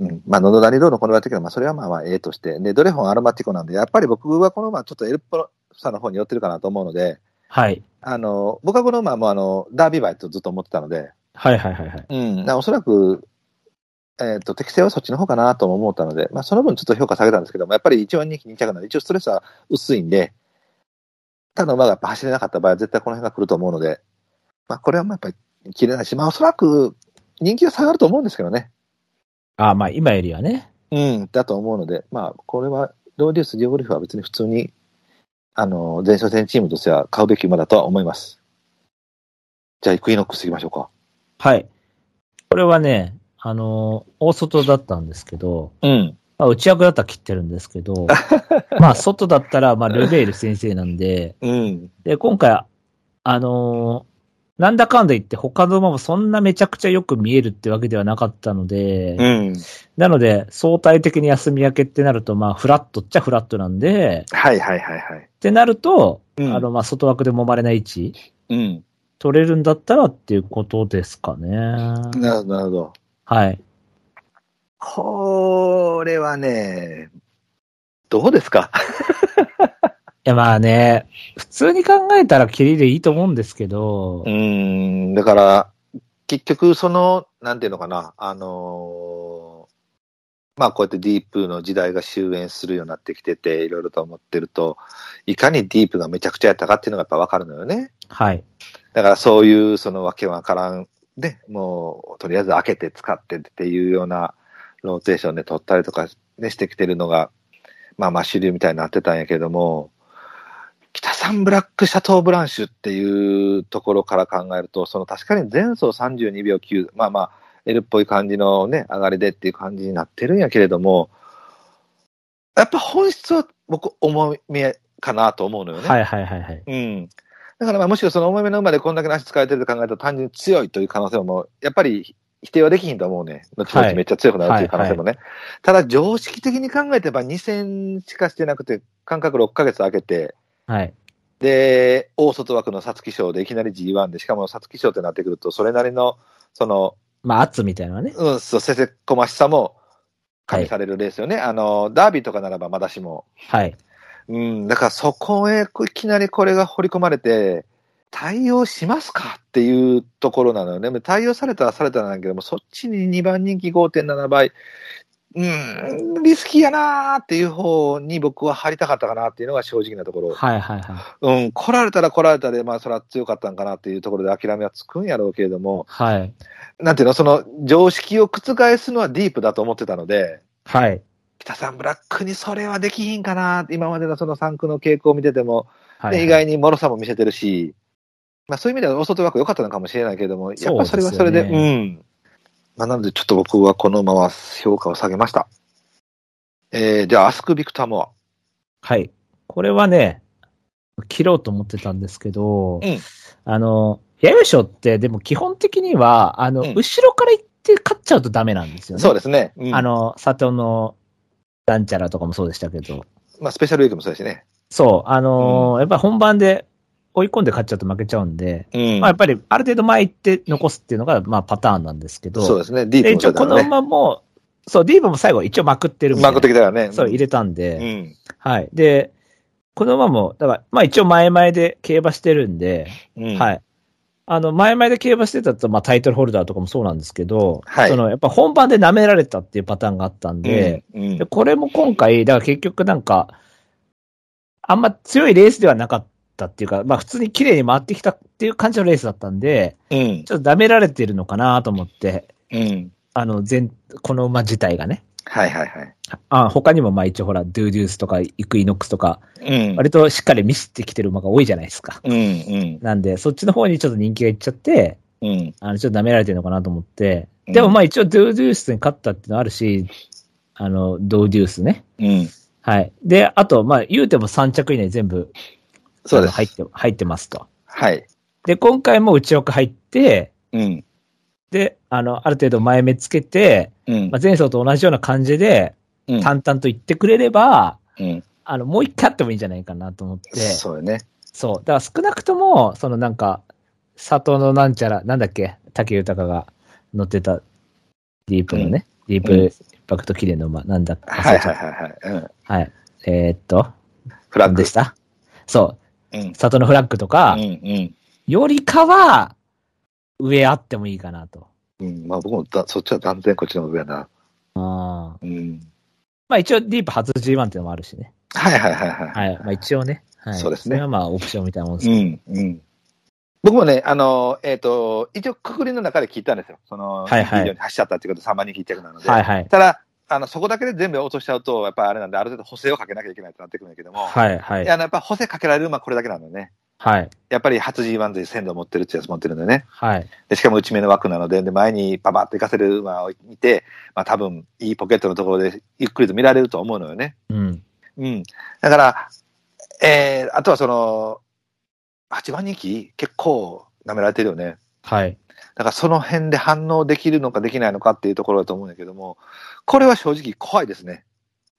S2: うん。まあ、ノドダニローのこの場だけど、まあ、それはまあまあ、ええとして。で、ドレフォンアロマティコなんで、やっぱり僕はこの馬、ちょっとエルポさの方に寄ってるかなと思うので、
S1: はい。
S2: あの、僕はこの馬はもうあの、ダービー馬やとずっと思ってたので、
S1: はいはいはいはい。
S2: うん、なおそらく、えっと適性はそっちの方かなとも思ったので、まあ、その分ちょっと評価下げたんですけども、やっぱり一番人気、2着なので、一応ストレスは薄いんで、他の馬がやっぱ走れなかった場合は絶対この辺が来ると思うので、まあ、これはまあやっぱり切れないし、まあ、おそらく人気は下がると思うんですけどね、
S1: ああ、まあ、今よりはね。
S2: うん、だと思うので、まあ、これはローデュース、ディオゴルフは別に普通に、あの前哨戦チームとしては買うべき馬だとは思います。じゃあ、イクイノックスいきましょうか。
S1: はい。これはね、あのー大外だったんですけど、
S2: うん、
S1: まあ、内枠だったら切ってるんですけ ど、まあ、外だったら、まあ、ルベール先生なんで、
S2: うん、
S1: で、今回、あのーなんだかんだ言って他の馬もそんなめちゃくちゃよく見えるってわけではなかったので、
S2: うん、
S1: なので、相対的に休み明けってなると、まあ、フラットっちゃフラットなんで、
S2: はいはいはいはい。
S1: ってなると、
S2: うん
S1: あの、まあ、外枠で揉まれない位置、
S2: うん
S1: 取れるんだったらっていうことですかね。
S2: なるほど、なるほど。
S1: はい。
S2: これはね、どうですか
S1: いやまあね、普通に考えたらキリでいいと思うんですけど、
S2: うーん、だから、結局、その、なんていうのかな、あのーまあ、こうやってディープの時代が終焉するようになってきてて、いろいろと思ってると、いかにディープがめちゃくちゃやったかっていうのがやっぱわかるのよね。
S1: はい。
S2: だからそういう、そのわけわからん、ね、もう、とりあえず開けて使ってっていうようなローテーションで取ったりとか、ね、してきてるのが、まあまあ主流みたいになってたんやけども、北三ブラックシャトーブランシュっていうところから考えると、その確かに前走32秒9、まあまあ、L っぽい感じのね、上がりでっていう感じになってるんやけれども、やっぱ本質は僕、重みかなと思うのよね。
S1: はいはいはいはい。
S2: うん。だからまあむしろその重めの馬でこんだけの足使えてると考えると単純に強いという可能性ももうやっぱり否定はできひんと思うね。後々めっちゃ強くなるという可能性もね。ただ常識的に考えてば2戦しかしてなくて間隔6ヶ月空けて、
S1: はい。
S2: で、大外枠の皐月賞でいきなり G1 で、しかも皐月賞ってなってくるとそれなりの、その、
S1: まあ、圧みたいなのはね。
S2: うん、そう、せせこましさも加味されるレースよね。あの、ダービーとかならばまだしも。
S1: はい。
S2: うん、だからそこへこういきなりこれが掘り込まれて、対応しますかっていうところなのよね。対応されたらされたらなんだけども、そっちに2番人気5.7倍、うん、リスキーやなーっていう方に僕は張りたかったかなっていうのが正直なところ。
S1: はいはいはい。
S2: うん、来られたら来られたで、まあそれは強かったんかなっていうところで諦めはつくんやろうけれども、
S1: はい。
S2: なんていうの、その常識を覆すのはディープだと思ってたので、
S1: はい。
S2: 北さんブラックにそれはできひんかな今までのその3区の傾向を見てても、
S1: はい。
S2: で意外に脆さも見せてるし、まあ、そういう意味では大外枠良かったのかもしれないけれども、やっぱそれはそれで、
S1: そう
S2: う
S1: ですよ
S2: ん。まあ、なので、ちょっと僕はこのまま評価を下げました。えー、じゃあ、アスク・ビクター・モ
S1: はい。これはね、切ろうと思ってたんですけど、
S2: うん
S1: あの、弥生賞って、でも基本的には、あの、
S2: うん
S1: 後ろから行って勝っちゃうとダメなんです
S2: ア。
S1: よね。
S2: そうですね。うん
S1: あ、の、里の、なんちゃらとかもそうでしたけど、
S2: まあ、スペシャルウィークもそうですしね。
S1: そう、あのーやっぱり本番で追い込んで勝っちゃうと負けちゃうんで、
S2: うん
S1: まあ、やっぱりある程度前行って残すっていうのが、まあ、パターンなんですけど、
S2: そうですね。ディー
S1: で
S2: プも
S1: 一
S2: そう
S1: 応
S2: だ
S1: こ
S2: か
S1: の
S2: らね。
S1: 馬も、そう、ディーバも最後一応まくってる
S2: う
S1: みたい
S2: ま
S1: な
S2: くできたよね。
S1: そう、入れたんで、
S2: うん。
S1: はい。で、この馬も、だから、まあ一応前々で競馬してるんで、
S2: うん。。
S1: はいい。あの、前々で競馬してたと、まあタイトルホルダーとかもそうなんですけど、
S2: はい
S1: その、やっぱ本番で舐められたっていうパターンがあったんで、
S2: うん、うん
S1: で、これも今回、だから結局なんか、あんま強いレースではなかったっていうか、まあ普通に綺麗に回ってきたっていう感じのレースだったんで、
S2: うん。
S1: ちょっと舐められてるのかなと思って、
S2: うん。
S1: あの、全、この馬自体がね。
S2: はいはいはい。
S1: あ他にもまあ一応ほら、ドゥーデュースとか、イクイノックスとか、
S2: うん。
S1: 割としっかり見せてきてる馬が多いじゃないですか。
S2: うんうん
S1: なんで、そっちの方にちょっと人気がいっちゃって、
S2: うん。
S1: あの、ちょっと舐められてるのかなと思って、
S2: うん
S1: でもまあ一応ドゥーデュースに勝ったってのあるし、あの、ドゥーデュースね。
S2: うん。
S1: はい。で、あと、まあ言うても3着以内全部、
S2: そうです。
S1: あの入って、入ってますと。
S2: はい。
S1: で、今回も内枠入って、
S2: うん。
S1: で、あの、ある程度前目つけて、
S2: うん
S1: まあ、前走と同じような感じで、
S2: うん
S1: 淡々と言ってくれれば、
S2: うん。
S1: あの、もう一回あってもいいんじゃないかなと思って、そう。
S2: そうよね。
S1: だから少なくとも、そのなんか、里のなんちゃら、なんだっけ、竹豊が乗ってた、ディープのね、ディープ
S2: うん
S1: インパクト綺麗の馬、なんだっけ、
S2: は
S1: 忘れ
S2: いはい
S1: ちゃっ
S2: はいはい。うん。
S1: たはい。えーっと、
S2: フラッ
S1: 何
S2: グ
S1: でし。たそうう、
S2: ん。
S1: 里のフラッグとか、
S2: うん
S1: よりかは、上あってもいいかなと。
S2: うん。うん。まあ僕もだそっちは断然こっちの方が上やな。
S1: あー
S2: うん。
S1: まあ一応ディープ初 G1 っていうのもあるしね。
S2: はいはいはいはい。
S1: はい。まあ一応ね。はい。
S2: そうですね
S1: れはまあオプションみたいなもんです
S2: う
S1: けど。
S2: んうん。僕もね、あの、えっ、と、一応、くくりの中で聞いたんですよ。その、
S1: はいはい
S2: ビデオに走っちゃったってこと、3万人聞いてるなので。
S1: はいはい。
S2: ただ、あの、そこだけで全部落としちゃうと、やっぱあれなんで、ある程度補正をかけなきゃいけないとなってくるんだけども、
S1: はいはいい。
S2: や、あのやっぱ補正かけられる馬はこれだけなんだよね。
S1: はい。
S2: やっぱり初 G1 で鮮度を持ってるってやつ持ってるんだよね。
S1: はい。
S2: で、しかも内目の枠なので、で、前にパパッと行かせる馬を見て、まあ多分、いいポケットのところでゆっくりと見られると思うのよね。
S1: うん。
S2: うん。だから、えー、あとはその、8番人気結構舐められてるよね。
S1: はい。
S2: だからその辺で反応できるのかできないのかっていうところだと思うんだけども、これは正直怖いですね。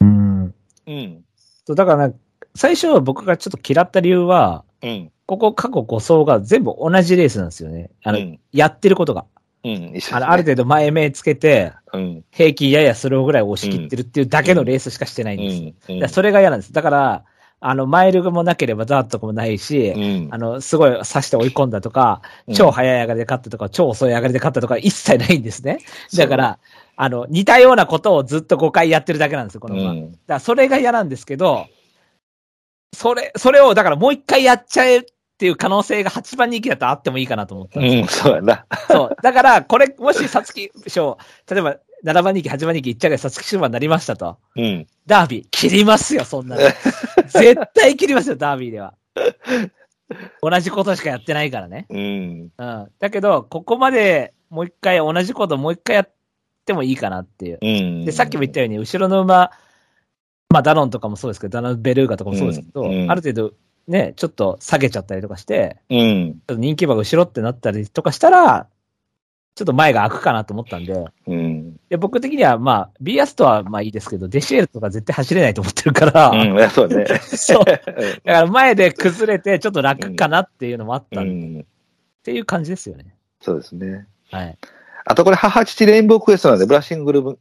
S1: うん。
S2: うん。
S1: そう、だからなんか最初僕がちょっと嫌った理由は、
S2: うん。
S1: ここ過去5走が全部同じレースなんですよね。あ
S2: う
S1: の、
S2: ん。
S1: やってることが。
S2: うん。一緒です、ね。
S1: あの、ある程度前目つけて、
S2: うん。
S1: 平均ややそれをぐらい押し切ってるっていうだけのレースしかしてな
S2: う
S1: いんです。だか
S2: ん。うん
S1: らそれが嫌なんです。だから、あの、マイルもなければザーッとかもないし、
S2: うん
S1: あの、すごい刺して追い込んだとか、超早い上がりで勝ったとか、超遅い上がりで勝ったとか、一切ないんですね。だから、あの、似たようなことをずっと5回やってるだけなんですよ、こ
S2: う
S1: の馬。だか
S2: ん。
S1: ら、それが嫌なんですけど、それ、それを、だからもう一回やっちゃえっていう可能性が8番人気だとあってもいいかなと思ったんですよ
S2: うん、そうやな。
S1: そう。だから、これ、もし、さつき賞、例えば、7番人気、8番人気、1着でさつき賞馬になりましたと。
S2: うん。
S1: ダービー、切りますよ、そ んなの。絶対切りますよ、ダービーでは。同じことしかやってないからね。
S2: うん。
S1: うん。だけど、ここまでもう一回、同じこともう一回やってもいいかなっていう。
S2: うん。
S1: で、さっきも言ったように、後ろの馬、まあ、ダノンとかもそうですけど、ダノンベルーガとかもそうですけど、
S2: うんうん
S1: ある程度、ね、ちょっと下げちゃったりとかして、
S2: うん。
S1: ちょっと人気馬が後ろってなったりとかしたら、ちょっと前が開くかなと思ったんで、
S2: うん。
S1: で僕的にはまあ、ビーアスとはまあいいですけど、デシエルとか絶対走れないと思ってるから、
S2: うん。い やそうね。
S1: そう。だから前で崩れて、ちょっと楽かなっていうのもあっ
S2: う
S1: たんで
S2: ん。
S1: っていう感じですよね。
S2: そうですね。
S1: はい。
S2: あとこれ、母父レインボークエストなんで、ブラッシングルーム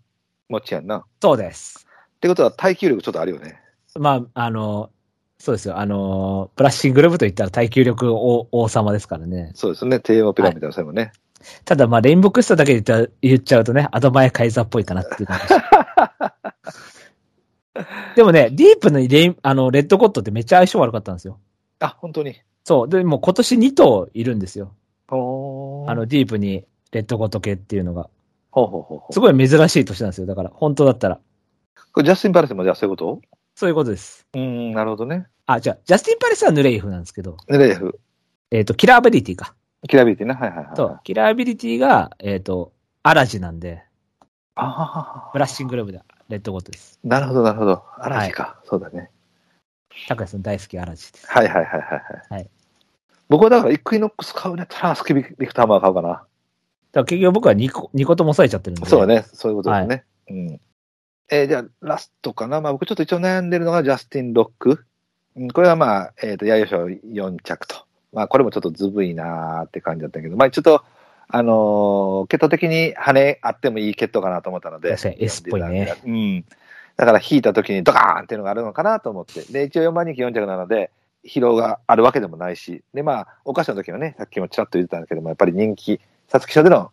S2: 持ちやんな。
S1: そうです。
S2: ってことは耐久力ちょっとあるよね。
S1: まあ、あの、そうですよ。あの、ブラッシングルーブといったら耐久力王王様ですからね。
S2: そうですね。帝王ピラミッドの最後ね。
S1: ただまあ、レインボークエストだけで言った言っちゃうとね、アドマイカイザーっぽいかなっていう感じ。でもね、ディープのレインあのレッドゴッドってめっちゃ相性悪かったんですよ。
S2: あ、本当に。
S1: そう。で、もう今年2頭いるんですよ。
S2: ほー
S1: あの、、ディープにレッドゴッド系っていうのが。
S2: ほうほうほうほ
S1: す
S2: う。
S1: ごい珍しい年なんですよ。だから、本当だったら。
S2: これジャスティン・パレスもじゃあそういうこと
S1: そういうことです。
S2: うーん、なるほどね。
S1: あ、じゃあ、ジャスティン・パレスはヌレイフなんですけど、
S2: ネレイフ、
S1: えっ、と、キラーアビリティか。
S2: キラビリティな。はいはいはい。
S1: と、キラーアビリティが、えっ、と、アラジなんで、
S2: ああ、
S1: ブラッシングルームで、レッドゴッドです。
S2: なるほどなるほど。嵐か、そうだね。
S1: 高橋さん大好きアラジです。
S2: はいはいはいはい。
S1: はい、
S2: 僕はだから、イクイノックス買うね。トランスキビビクターマー買うかな。
S1: だから結局僕は2個、二個とも抑えちゃってるんで。
S2: そうだ。ね。そういうことですね。うん。えーじゃあ、ラストかな。まあ、僕ちょっと一応悩んでるのが、ジャスティン・ロック。うんこれはまあ、えっ、と、弥生賞4着と。まあ、これもちょっとずぶいなーって感じだったけど、まあ、ちょっと、あのー、血統的に羽あってもいい血統かなと思ったので。
S1: 確かに S っぽいね。
S2: うん。だから、引いた時にドカーンっていうのがあるのかなと思って。で、一応4番人気4着なので、疲労があるわけでもないし。で、まあ、お菓子の時はね、さっきもちらっと言ってたんだけども、やっぱり人気、さつき社での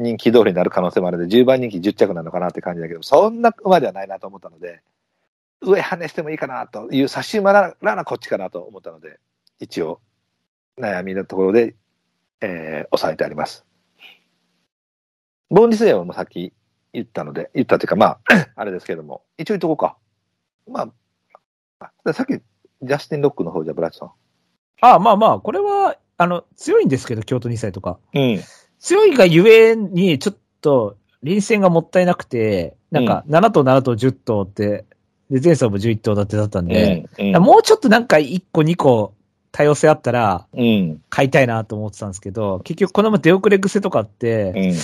S2: 人気通りになる可能性もあるので、10番人気10着なのかなって感じだけど、そんな馬ではないなと思ったので、上跳ねしてもいいかなという、差し馬ならこっちかなと思ったので、一応、悩みのところで、えー、抑えてあります。ボンリスエもさっき言ったので、言ったというか、まあ、 あれですけども、一応言っとこうか。まあ、あさっき、ジャスティン・ロックの方じゃ、ブラッチさん。
S1: あまあまあ、これは、あの、強いんですけど、京都2歳とか。
S2: うん。
S1: 強いがゆえに、ちょっと、臨戦がもったいなくて、なんか、7頭7頭10頭って、で、前走も11頭だってだったんで、
S2: うん
S1: だからもうちょっとなんか1個2個多様性あったら、
S2: うん。
S1: 買いたいなと思ってたんですけど、結局このまま出遅れ癖とかって、
S2: うん。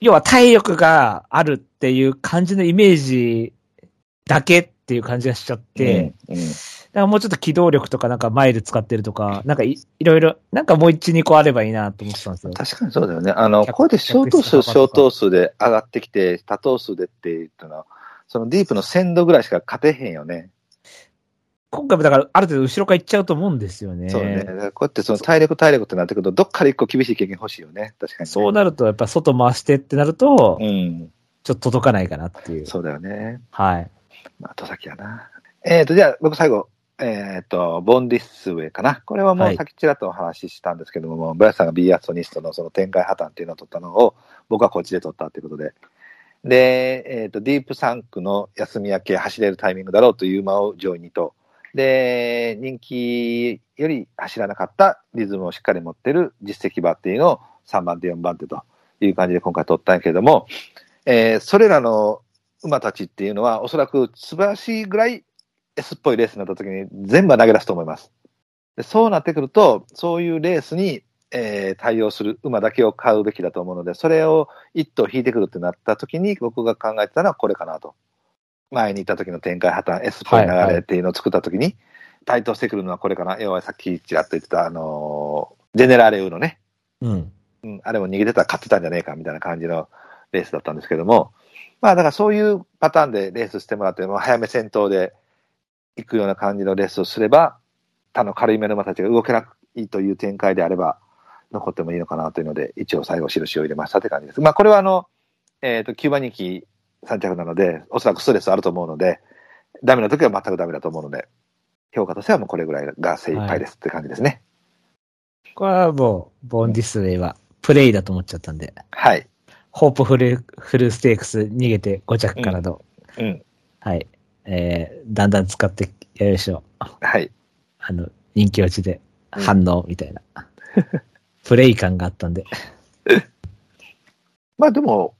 S1: 要は体力があるっていう感じのイメージだけっていう感じがしちゃって、だ
S2: うん、
S1: からもうちょっと機動力とかなんかマイル使ってるとか、なんかいいろいろ、なんかもう一、二個あればいいなと思ってたんですよ。
S2: 確かにそうだよね。あの、
S1: 客
S2: こうやって小頭数、
S1: 客数
S2: 小頭数で上がってきて、多頭数でって言ったのは、そのディープの鮮度ぐらいしか勝てへんよね。
S1: 今回もだからある程度後ろから行っちゃうと思うんですよね。
S2: そうね。だからこうやってその体力、体力ってなってくると、どっから一個厳しい経験欲しいよね。確かにね、
S1: そうなると、やっぱ外回してってなると、
S2: うん。
S1: ちょっと届かないかなっていう。
S2: そうだよね。
S1: はい。
S2: まあ、戸崎やな。えっ、と、じゃあ、僕最後、えっ、と、ボンディスウェイかな。これはも
S1: は
S2: う
S1: い
S2: さっきちらっとお話ししたんですけども、ブラスさんが B アストニストのその展開破綻っていうのを取ったのを、僕はこっちで取ったということで。で、えっ、と、ディープサンクの休み明け走れるタイミングだろうという馬を上位にと。で、人気より走らなかったリズムをしっかり持ってる実績馬っていうのを3番手、4番手という感じで今回取ったんやけれども、えーそれらの馬たちっていうのは、おそらく素晴らしいぐらい S っぽいレースになった時に全部は投げ出すと思います。でそうなってくると、そういうレースに、えー対応する馬だけを買うべきだと思うので、それを一頭引いてくるってなった時に、僕が考えてたのはこれかなと。前に行った時の展開破綻、S っぽい流
S1: はいは
S2: れ
S1: い
S2: っていうのを作った時に、対等してくるのはこれかな。要はさっきちらっと言ってた、あのージェネラーレウのね、
S1: うん。
S2: うん、あれも逃げてたら勝ってたんじゃねえかみたいな感じのレースだったんですけども、まあだからそういうパターンでレースしてもらって、まあ、早め先頭で行くような感じのレースをすれば、他の軽い目の馬たちが動けないという展開であれば、残ってもいいのかなというので、一応最後印を入れましたって感じです。まあこれはあの、えっ、と、9番人気3着なので、おそらくストレスあると思うので、ダメな時は全くダメだと思うので、評価としてはもうこれぐらいが精一杯ですって感じですね。
S1: これはもう、ボーンディスウェイはプレイだと思っちゃったんで、
S2: はい。
S1: ホープフル、フルステークス逃げて5着からの、
S2: うん。
S1: はい。えー、だんだん使ってやるでしょう。
S2: はい。
S1: あの、人気落ちで
S2: うん
S1: 反応みたいな。プレイ感があったんで。
S2: まあでも、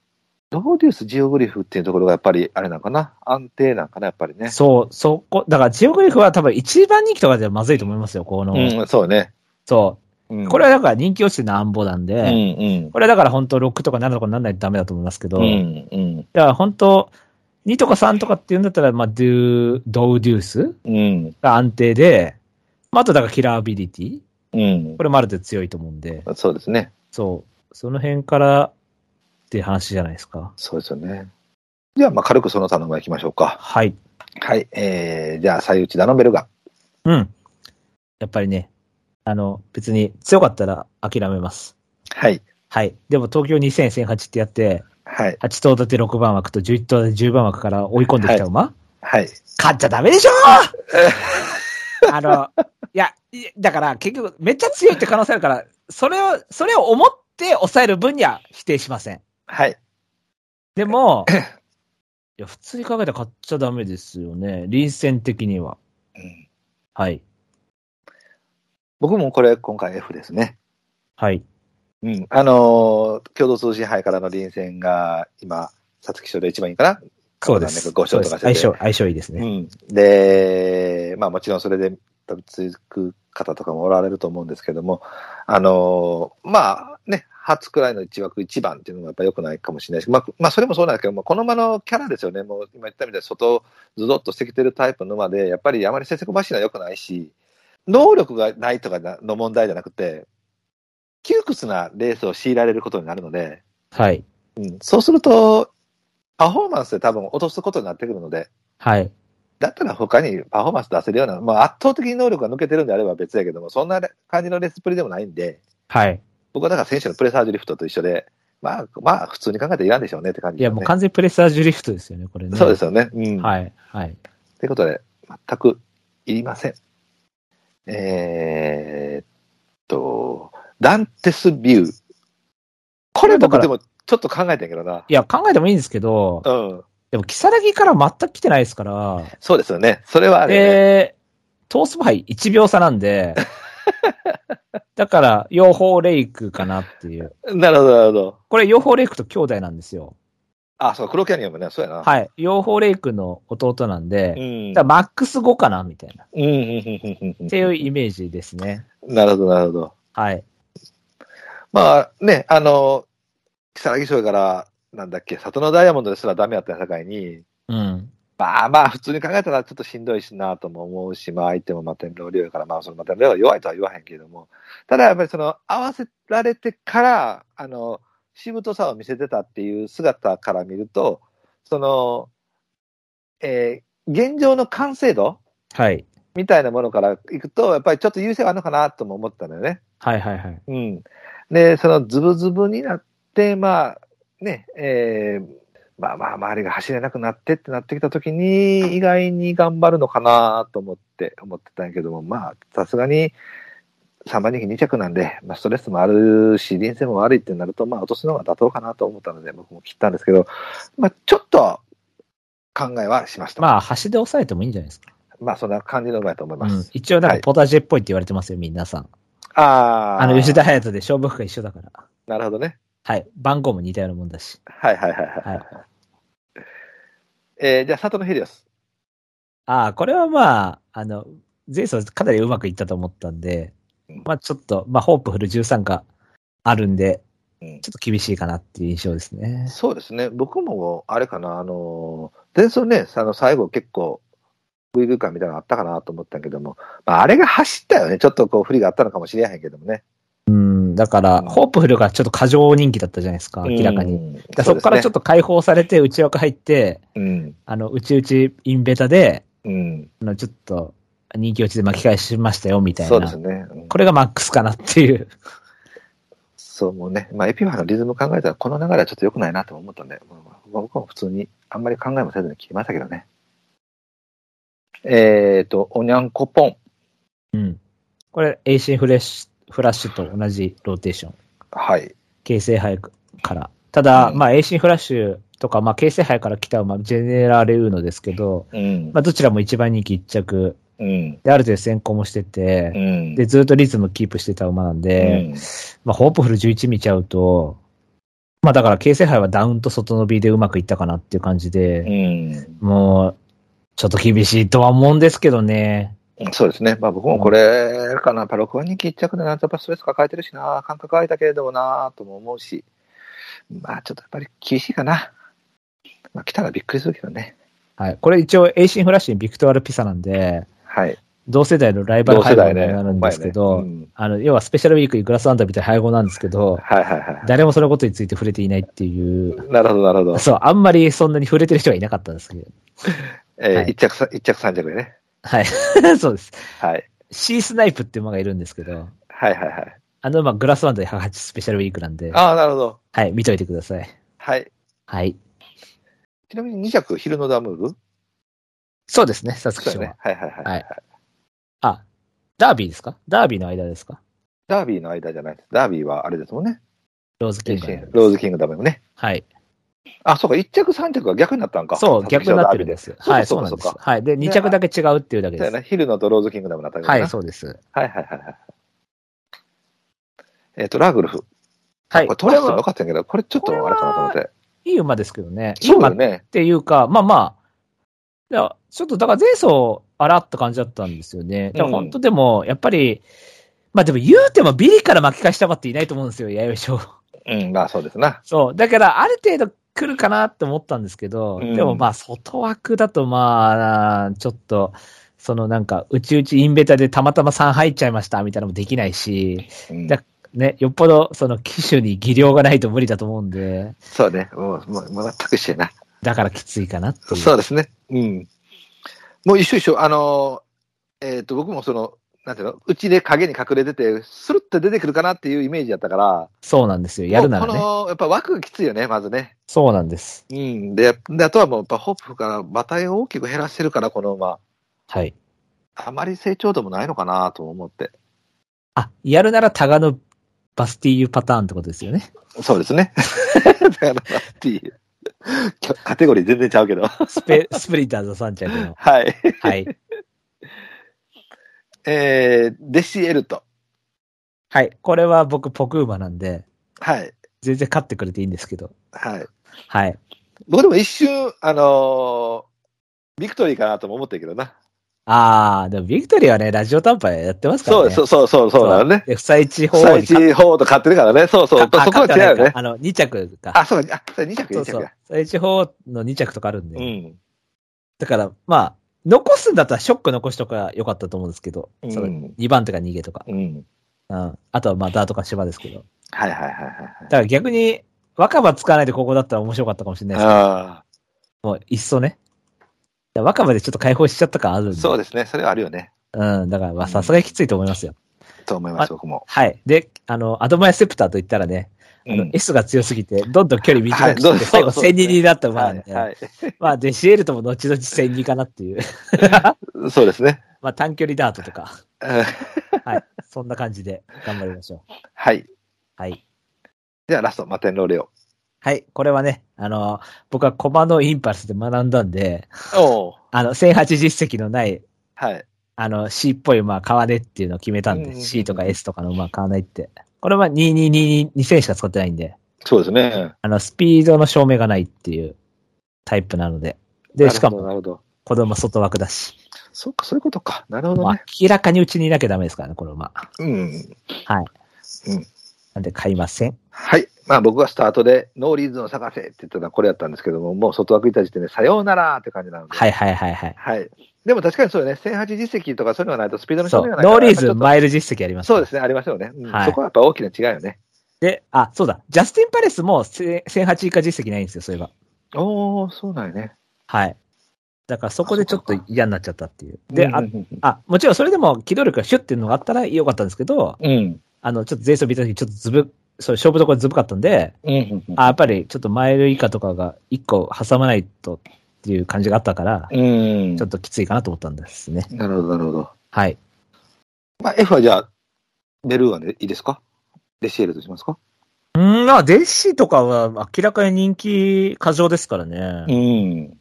S2: ドーデュース、ジオグリフっていうところがやっぱりあれなんかな、安定なんかな、やっぱり ね。
S1: そう、そこ、だからジオグリフは多分一番人気とかではまずいと思いますよ、この。
S2: うん、そうね。
S1: そ
S2: うん
S1: う。これはだから人気落ちてなんぼなんで、
S2: うん、うん。
S1: これはだから本当6とか7とかにならないとダメだと思いますけど、
S2: うん、うん、
S1: だから本当2とか3とかっていうんだったら、まあ、ドゥ、ドウデュース
S2: うん、
S1: が安定で、まあ、あとだからキラーアビリティ
S2: うん
S1: こ。れもある程度強いと思うんで、
S2: そうですね。
S1: そう。その辺からって話じゃないですか。
S2: そうですよね。じゃあ、まあ軽くその他のま行きましょうか。
S1: はい。
S2: はい。えー、じゃあ、最内ダノベルが。
S1: うん。やっぱりね、あの、別に強かったら諦めます。
S2: はい。
S1: はい。でも東京2000、1008ってやって、
S2: はい。
S1: 8頭立て6番枠と11頭立て10番枠から追い込んできた馬、
S2: はい。
S1: 勝っちゃダメでしょ あの、いや、いだから結局めっちゃ強いって可能性あるから、それを、それを思って抑える分には否定しません。
S2: はい。
S1: でも、いや、普通に考えたら買っちゃダメですよね。臨戦的には。
S2: うん
S1: はい。
S2: 僕もこれ、今回 F ですね。
S1: はい。
S2: うん。あのー共同通信杯からの臨戦が、今、皐月賞で一番いいかな
S1: そうです。
S2: 5勝とかしてて
S1: そうです相性、相性いいですね。
S2: うん、で、まあもちろんそれで飛びつく方とかもおられると思うんですけども、あのーまあね、初くらいの一枠一番っていうのもやっぱ良くないかもしれないし、まあ、まあそれもそうなんですけども、この馬のキャラですよね、もう今言ったみたいに外ズドッとしてきてるタイプの馬で、やっぱりあまり成績マシなのは良くないし、能力がないとかなの問題じゃなくて、窮屈なレースを強いられることになるので、
S1: はい。
S2: うん、そうすると、パフォーマンスで多分落とすことになってくるので、
S1: はい。
S2: だったら他にパフォーマンス出せるような、まあ、圧倒的に能力が抜けてるんであれば別やけども、そんな感じのレースっぷりでもないんで、
S1: はい。
S2: 僕はだから選手のプレサージュリフトと一緒で、まあ、まあ、普通に考えていらんでしょうねって感じ
S1: い
S2: で
S1: や、
S2: すね、
S1: もう完全にプレッサージュリフトですよね、これね。
S2: そうですよね。うん。い。
S1: はい。はい。
S2: ということで、全くいりません。えーっと、ダンテスビュー。これ僕
S1: だから
S2: でもちょっと考えたけどな。
S1: いや、考えてもいいんですけど、
S2: うん。
S1: でも、キサラギから全く来てないですから、
S2: そうですよね。それはあるよね。
S1: で、トースパイ1秒差なん で、だから、養蜂レイクかなっていう。
S2: なるほど、なるほど。
S1: これ、養蜂レイクと兄弟なんですよ。
S2: あ、そう、黒キャニオンもね、そうやな。
S1: はい。養蜂レイクの弟なん
S2: う
S1: で、
S2: ん。
S1: だからマックス5かなみたいな。っ
S2: うん、うん、うんうん、うん。
S1: ていうイメージですね。
S2: なるほど、なるほど。
S1: はい。
S2: まあね、あの、木更木賞から、なんだっけ、里のダイヤモンドですらダメだった境に、
S1: うん。
S2: まあまあ、普通に考えたらちょっとしんどいしなとも思うし、まあ相手もマテンローリオやから、まあそのマテンローリオは弱いとは言わへんけれども、ただやっぱりその合わせられてから、あの、しぶとさを見せてたっていう姿から見ると、その、えー現状の完成度
S1: はい。
S2: みたいなものからいくと、やっぱりちょっと優勢があるのかなとも思ったのよね。
S1: はいはいはい。
S2: うん。で、そのズブズブになって、まあ、ね、えーまあまあ、周りが走れなくなってってなってきたときに、意外に頑張るのかなと思って、思ってたんやけども、まあ、さすがに、3番人気2着なんで、まあ、ストレスもあるし、臨戦も悪いってなると、まあ、落とすのが妥当かなと思ったので、僕も切ったんですけど、まあ、ちょっと、考えはしました。まあ、
S1: まあ、端で押さえてもいいんじゃないですか。
S2: そんな感じの馬やと思いま
S1: うん
S2: す。
S1: 一応、なん
S2: は
S1: か
S2: い
S1: ポタジェっぽいって言われてますよ、皆さん。
S2: ああ。
S1: あの、吉田隼人で勝負服が一緒だから。
S2: なるほどね。
S1: はい。番号も似たようなもんだ し。
S2: はいはいはいはい。
S1: はい。
S2: えーじゃあ、里のヘリオス。
S1: ああ、これはまあ、あの、前走かなりうまくいったと思ったんで
S2: うん、
S1: まあちょっと、まあホープフル13があるんで、
S2: う
S1: ちょ
S2: ん
S1: っと厳しいかなっていう印象ですね。
S2: そうですね、僕もあれかな、あの前走ね、あの最後、結構、グイグイ感みたいなのあったかなと思ったけども、まあ、あれが走ったよね、ちょっとこう、不利があったのかもしれへんけどもね。
S1: うん、だから、
S2: うん
S1: ホープフルがちょっと過剰人気だったじゃないですか、明らかに。
S2: に。
S1: だからそこからちょっと
S2: と。
S1: 解放されて、内枠入って、
S2: うん、
S1: あの、うちうちインベタで、
S2: うん、
S1: あのちょっと人気落ちで巻き返しましたよ、みたい
S2: そうで
S1: な
S2: す。ね。うん
S1: これがマックスかなっていう。
S2: そうもうね、まあ、エピファのリズム考えたら、この流れはちょっと良くないなと思ったんで、まあ僕も普通にあんまり考えもせずに聞きましたけどね。えっ、と、おにゃんこぽん。
S1: うん。これ、エイシンフレッシュ、フラッシュと同じローテーション。
S2: はい。
S1: 京成杯から。ただ、
S2: うん
S1: まあ、エイシンフラッシュとか、まあ、京成杯から来た、まあ、ジェネラーレウーノですけど、
S2: うん
S1: まあ、どちらも一番人気一着、
S2: うん。
S1: で、ある程度先行もして
S2: う
S1: て、
S2: ん。
S1: で、ずっとリズムキープしてた馬なんで、
S2: うん
S1: まあ、ホープフル11見ちゃうと、まあ、だから、京成杯はダウンと外伸びでうまくいったかなっていう感じ
S2: う
S1: で、
S2: ん。
S1: もう、ちょっと厳しいとは思うんですけどね。
S2: そうですね。まあ僕もこれかな。やっぱ6番人気1着でな、やっぱストレス抱えてるしな、感覚あいたけれどもな、とも思うし、まあちょっとやっぱり厳しいかな。まあ来たらびっくりするけどね。
S1: はい。これ一応、エイシンフラッシュにビクトアルピサなんで、
S2: はい。
S1: 同世代のライバル
S2: 同
S1: 配
S2: 世
S1: 合に
S2: 代ね。
S1: なるんですけど、
S2: お前ねうん
S1: あの、要はスペシャルウィークにグラスワンダーみたいな配合なんですけど、
S2: はいはいは
S1: 誰もそのことについて触れていないっていう、
S2: い。なるほどなるほど。
S1: そう、あんまりそんなに触れてる人はいなかったんですけど。
S2: えー
S1: はい
S2: 1着さ、一着3着でね。
S1: はい。 そうです。
S2: はい。
S1: シースナイプっていう馬がいるんですけど、
S2: はいはいはい。
S1: あの馬グラスワンダー108スペシャルウィークなんで、
S2: ああ、なるほど。
S1: はい、見といてください。
S2: はい。
S1: はい。
S2: ちなみに2着、昼のダムーブ
S1: そうですね、サスク
S2: そう
S1: ショ
S2: だ
S1: ンは。
S2: ね。はいはいはい。
S1: はいあ、ダービーですかダービーの間ですか
S2: ダービーの間じゃないです。ダービーはあれですもんね。
S1: ローズキングの間です。
S2: ローズキングダムもね。
S1: はい。
S2: あ、そうか、1着3着が逆になったんか。
S1: そう、逆になってるんですよ。はい、そ
S2: そ
S1: ううな
S2: かそ
S1: ん
S2: う
S1: で
S2: か
S1: す。はい。で、2着だけ違うっていうだけ
S2: だ
S1: で
S2: よ
S1: す。
S2: ね。ヒルノとローズキングダムだったけどな
S1: はい、そうです。
S2: はいはいはいはい。えっ、と、ラグルフ。
S1: はい。
S2: これトラス
S1: こ
S2: ト
S1: れ
S2: 良
S1: は
S2: かったんやけど、これちょっとあれかなと思って。
S1: いい馬ですけどね。いい
S2: そう
S1: 馬
S2: だよね
S1: っ。ていうか、まあまあ、いやちょっとだから前走、あらって感じだったんですよね。だから本当でも、やっぱり、まあでも言うてもビリから巻き返した馬っていないと思うんですよ、弥生賞。
S2: うん、まあそうですな。
S1: そう。だから、ある程度来るかなって思ったんですけど、
S2: うん
S1: でもまあ、外枠だとまあ、ちょっと、そのなんか、うちうちインベタでたまたま3入っちゃいました、みたいなのもできないし、
S2: うん
S1: だね、よっぽど、その機種に技量がないと無理だと思うんで、
S2: そうね。もう、もう、もう全く一緒やな。
S1: だからきついかなっていう。
S2: そうですね。うん。もう一緒一緒。あのー、えっ、と、僕もその、なんていうの、うちで影に隠れてて、スルッと出てくるかなっていうイメージやったから、
S1: そうなんですよ。やるなら
S2: もう
S1: ね。
S2: この、やっぱ枠がきついよね、まずね。
S1: そうなんです。
S2: うん。で、であとはもう、やっぱホップから馬体を大きく減らしてるから、この馬。
S1: はい。
S2: あまり成長度もないのかなとも思って。
S1: あ、やるならタガノバスティーユパターンってことですよね。
S2: そうですね。 だから、っていう。きょカテゴリー全然ちゃうけど。
S1: スペ、スプリンターズ3着の。
S2: はい。
S1: はい。
S2: えー、デシエルト。
S1: はい。これは僕、ポクーマなんで、
S2: はい。
S1: 全然勝ってくれていいんですけど。
S2: はい。
S1: はい。
S2: 僕でも一瞬、あのービクトリーかなとも思ってるけどな。
S1: あー、でもビクトリーはね、ラジオ短波やってますから
S2: そう、
S1: ね。
S2: そうそうそう、そうなのね。
S1: で、不採地方
S2: 最
S1: に勝っ
S2: 地方と買ってるからね。そうそう。そこ
S1: あ
S2: は
S1: 勝って
S2: 違
S1: な
S2: う
S1: いか
S2: よね。
S1: あの、2着か。
S2: あ、そうか。あ、それ2着、
S1: そ
S2: 2
S1: うそ
S2: 着
S1: う
S2: だ。。
S1: 最地方の2着とかあるんで。
S2: うん。
S1: だから、まあ、残すんだったらショック残しとか良かったと思うんですけど、
S2: うん
S1: その2番とか逃げとか、
S2: うん。
S1: うん、あとはまあダートか芝ですけど。
S2: はいはいはいはい
S1: だから逆に、若葉使わないでここだったら面白かったかもしれない
S2: は
S1: ですけ
S2: い。あ
S1: ど、もういっそね。だから若葉でちょっと解放しちゃった感あるん
S2: あ、
S1: で。
S2: そうですね。それはあるよね。
S1: うん、だからまあさすがにきついと思いますよ。
S2: と思います、僕も。
S1: はい。で、あの、アドマイセプターと言ったらね、あの
S2: うん
S1: S が強すぎて、どんどん距離短く
S2: はい
S1: し
S2: どう
S1: て、最後
S2: そうそう
S1: 1000人になった馬
S2: は
S1: なん
S2: い。
S1: で、
S2: はい。
S1: まあデシエルとも後々1000人かなっていう、
S2: そうですね。
S1: まあ短距離ダートとか、
S2: うん
S1: はい。そんな感じで頑張りましょう。
S2: はい。
S1: はい。
S2: じゃあラスト、マテンローレオ。
S1: はい、これはね、あの、僕は駒のインパルスで学んだんで、
S2: おお。
S1: あの、1008実績のない、
S2: はい。
S1: あの、C っぽい馬買わねっていうのを決めたん
S2: うんうんう
S1: で、
S2: ん
S1: C とか S とかの馬買わないって。これは2222、2000しか使ってないんで、
S2: そうですね。
S1: あの、スピードの証明がないっていうタイプなので。
S2: な
S1: で、
S2: る
S1: し
S2: ほ
S1: か
S2: ど、
S1: も
S2: なるほど。
S1: 子供外枠だし、
S2: そっか、そういうことか。なるほ
S1: も
S2: ど
S1: う
S2: ね。
S1: 明らかにうちにいなきゃダメですからね、この馬。
S2: うん。
S1: なんで買いません。
S2: はい。まあ僕がスタートで、ノーリーズンを探せって言ったのはこれやったんですけども、もう外枠いた時点で、さようならって感じなので。
S1: はいはいはいはい。
S2: はい。でも確かにそうよね、1008実績とかそういうのがないとスピードの
S1: そ
S2: 勝
S1: う、
S2: 負がないから
S1: ノーリーズ
S2: やっ
S1: ン
S2: ぱ
S1: マイル実績ありま
S2: りちょ
S1: す。
S2: っとそうですすね、ありますよね。うん
S1: はい
S2: そこはやっぱ大きな違いよね。
S1: で、あ、そうだ、ジャスティン・パレスも1008以下実績ないんですよ、そういえば。
S2: おー、そうなんよね。
S1: はい。だからそこでちょっと嫌になっちゃったっていう。で、
S2: うんう
S1: あ
S2: んうん
S1: あ、もちろんそれでも機動力がシュッっていうのがあったらよかったんですけど、
S2: うん。
S1: あの、ちょっと前走見た時ちょっとずぶ、そう勝負どころずぶかったんで、
S2: うんうんうん
S1: あ、やっぱりちょっとマイル以下とかが一個挟まないとっていう感じがあったから、
S2: うん
S1: ちょっときついかなと思ったんですね。
S2: なるほど、なるほど。
S1: はい。
S2: まあ F はじゃあ、ベルーアでいいですかレシエルとしますか
S1: うん、まあ、デッシーとかは明らかに人気過剰ですからね。
S2: ん。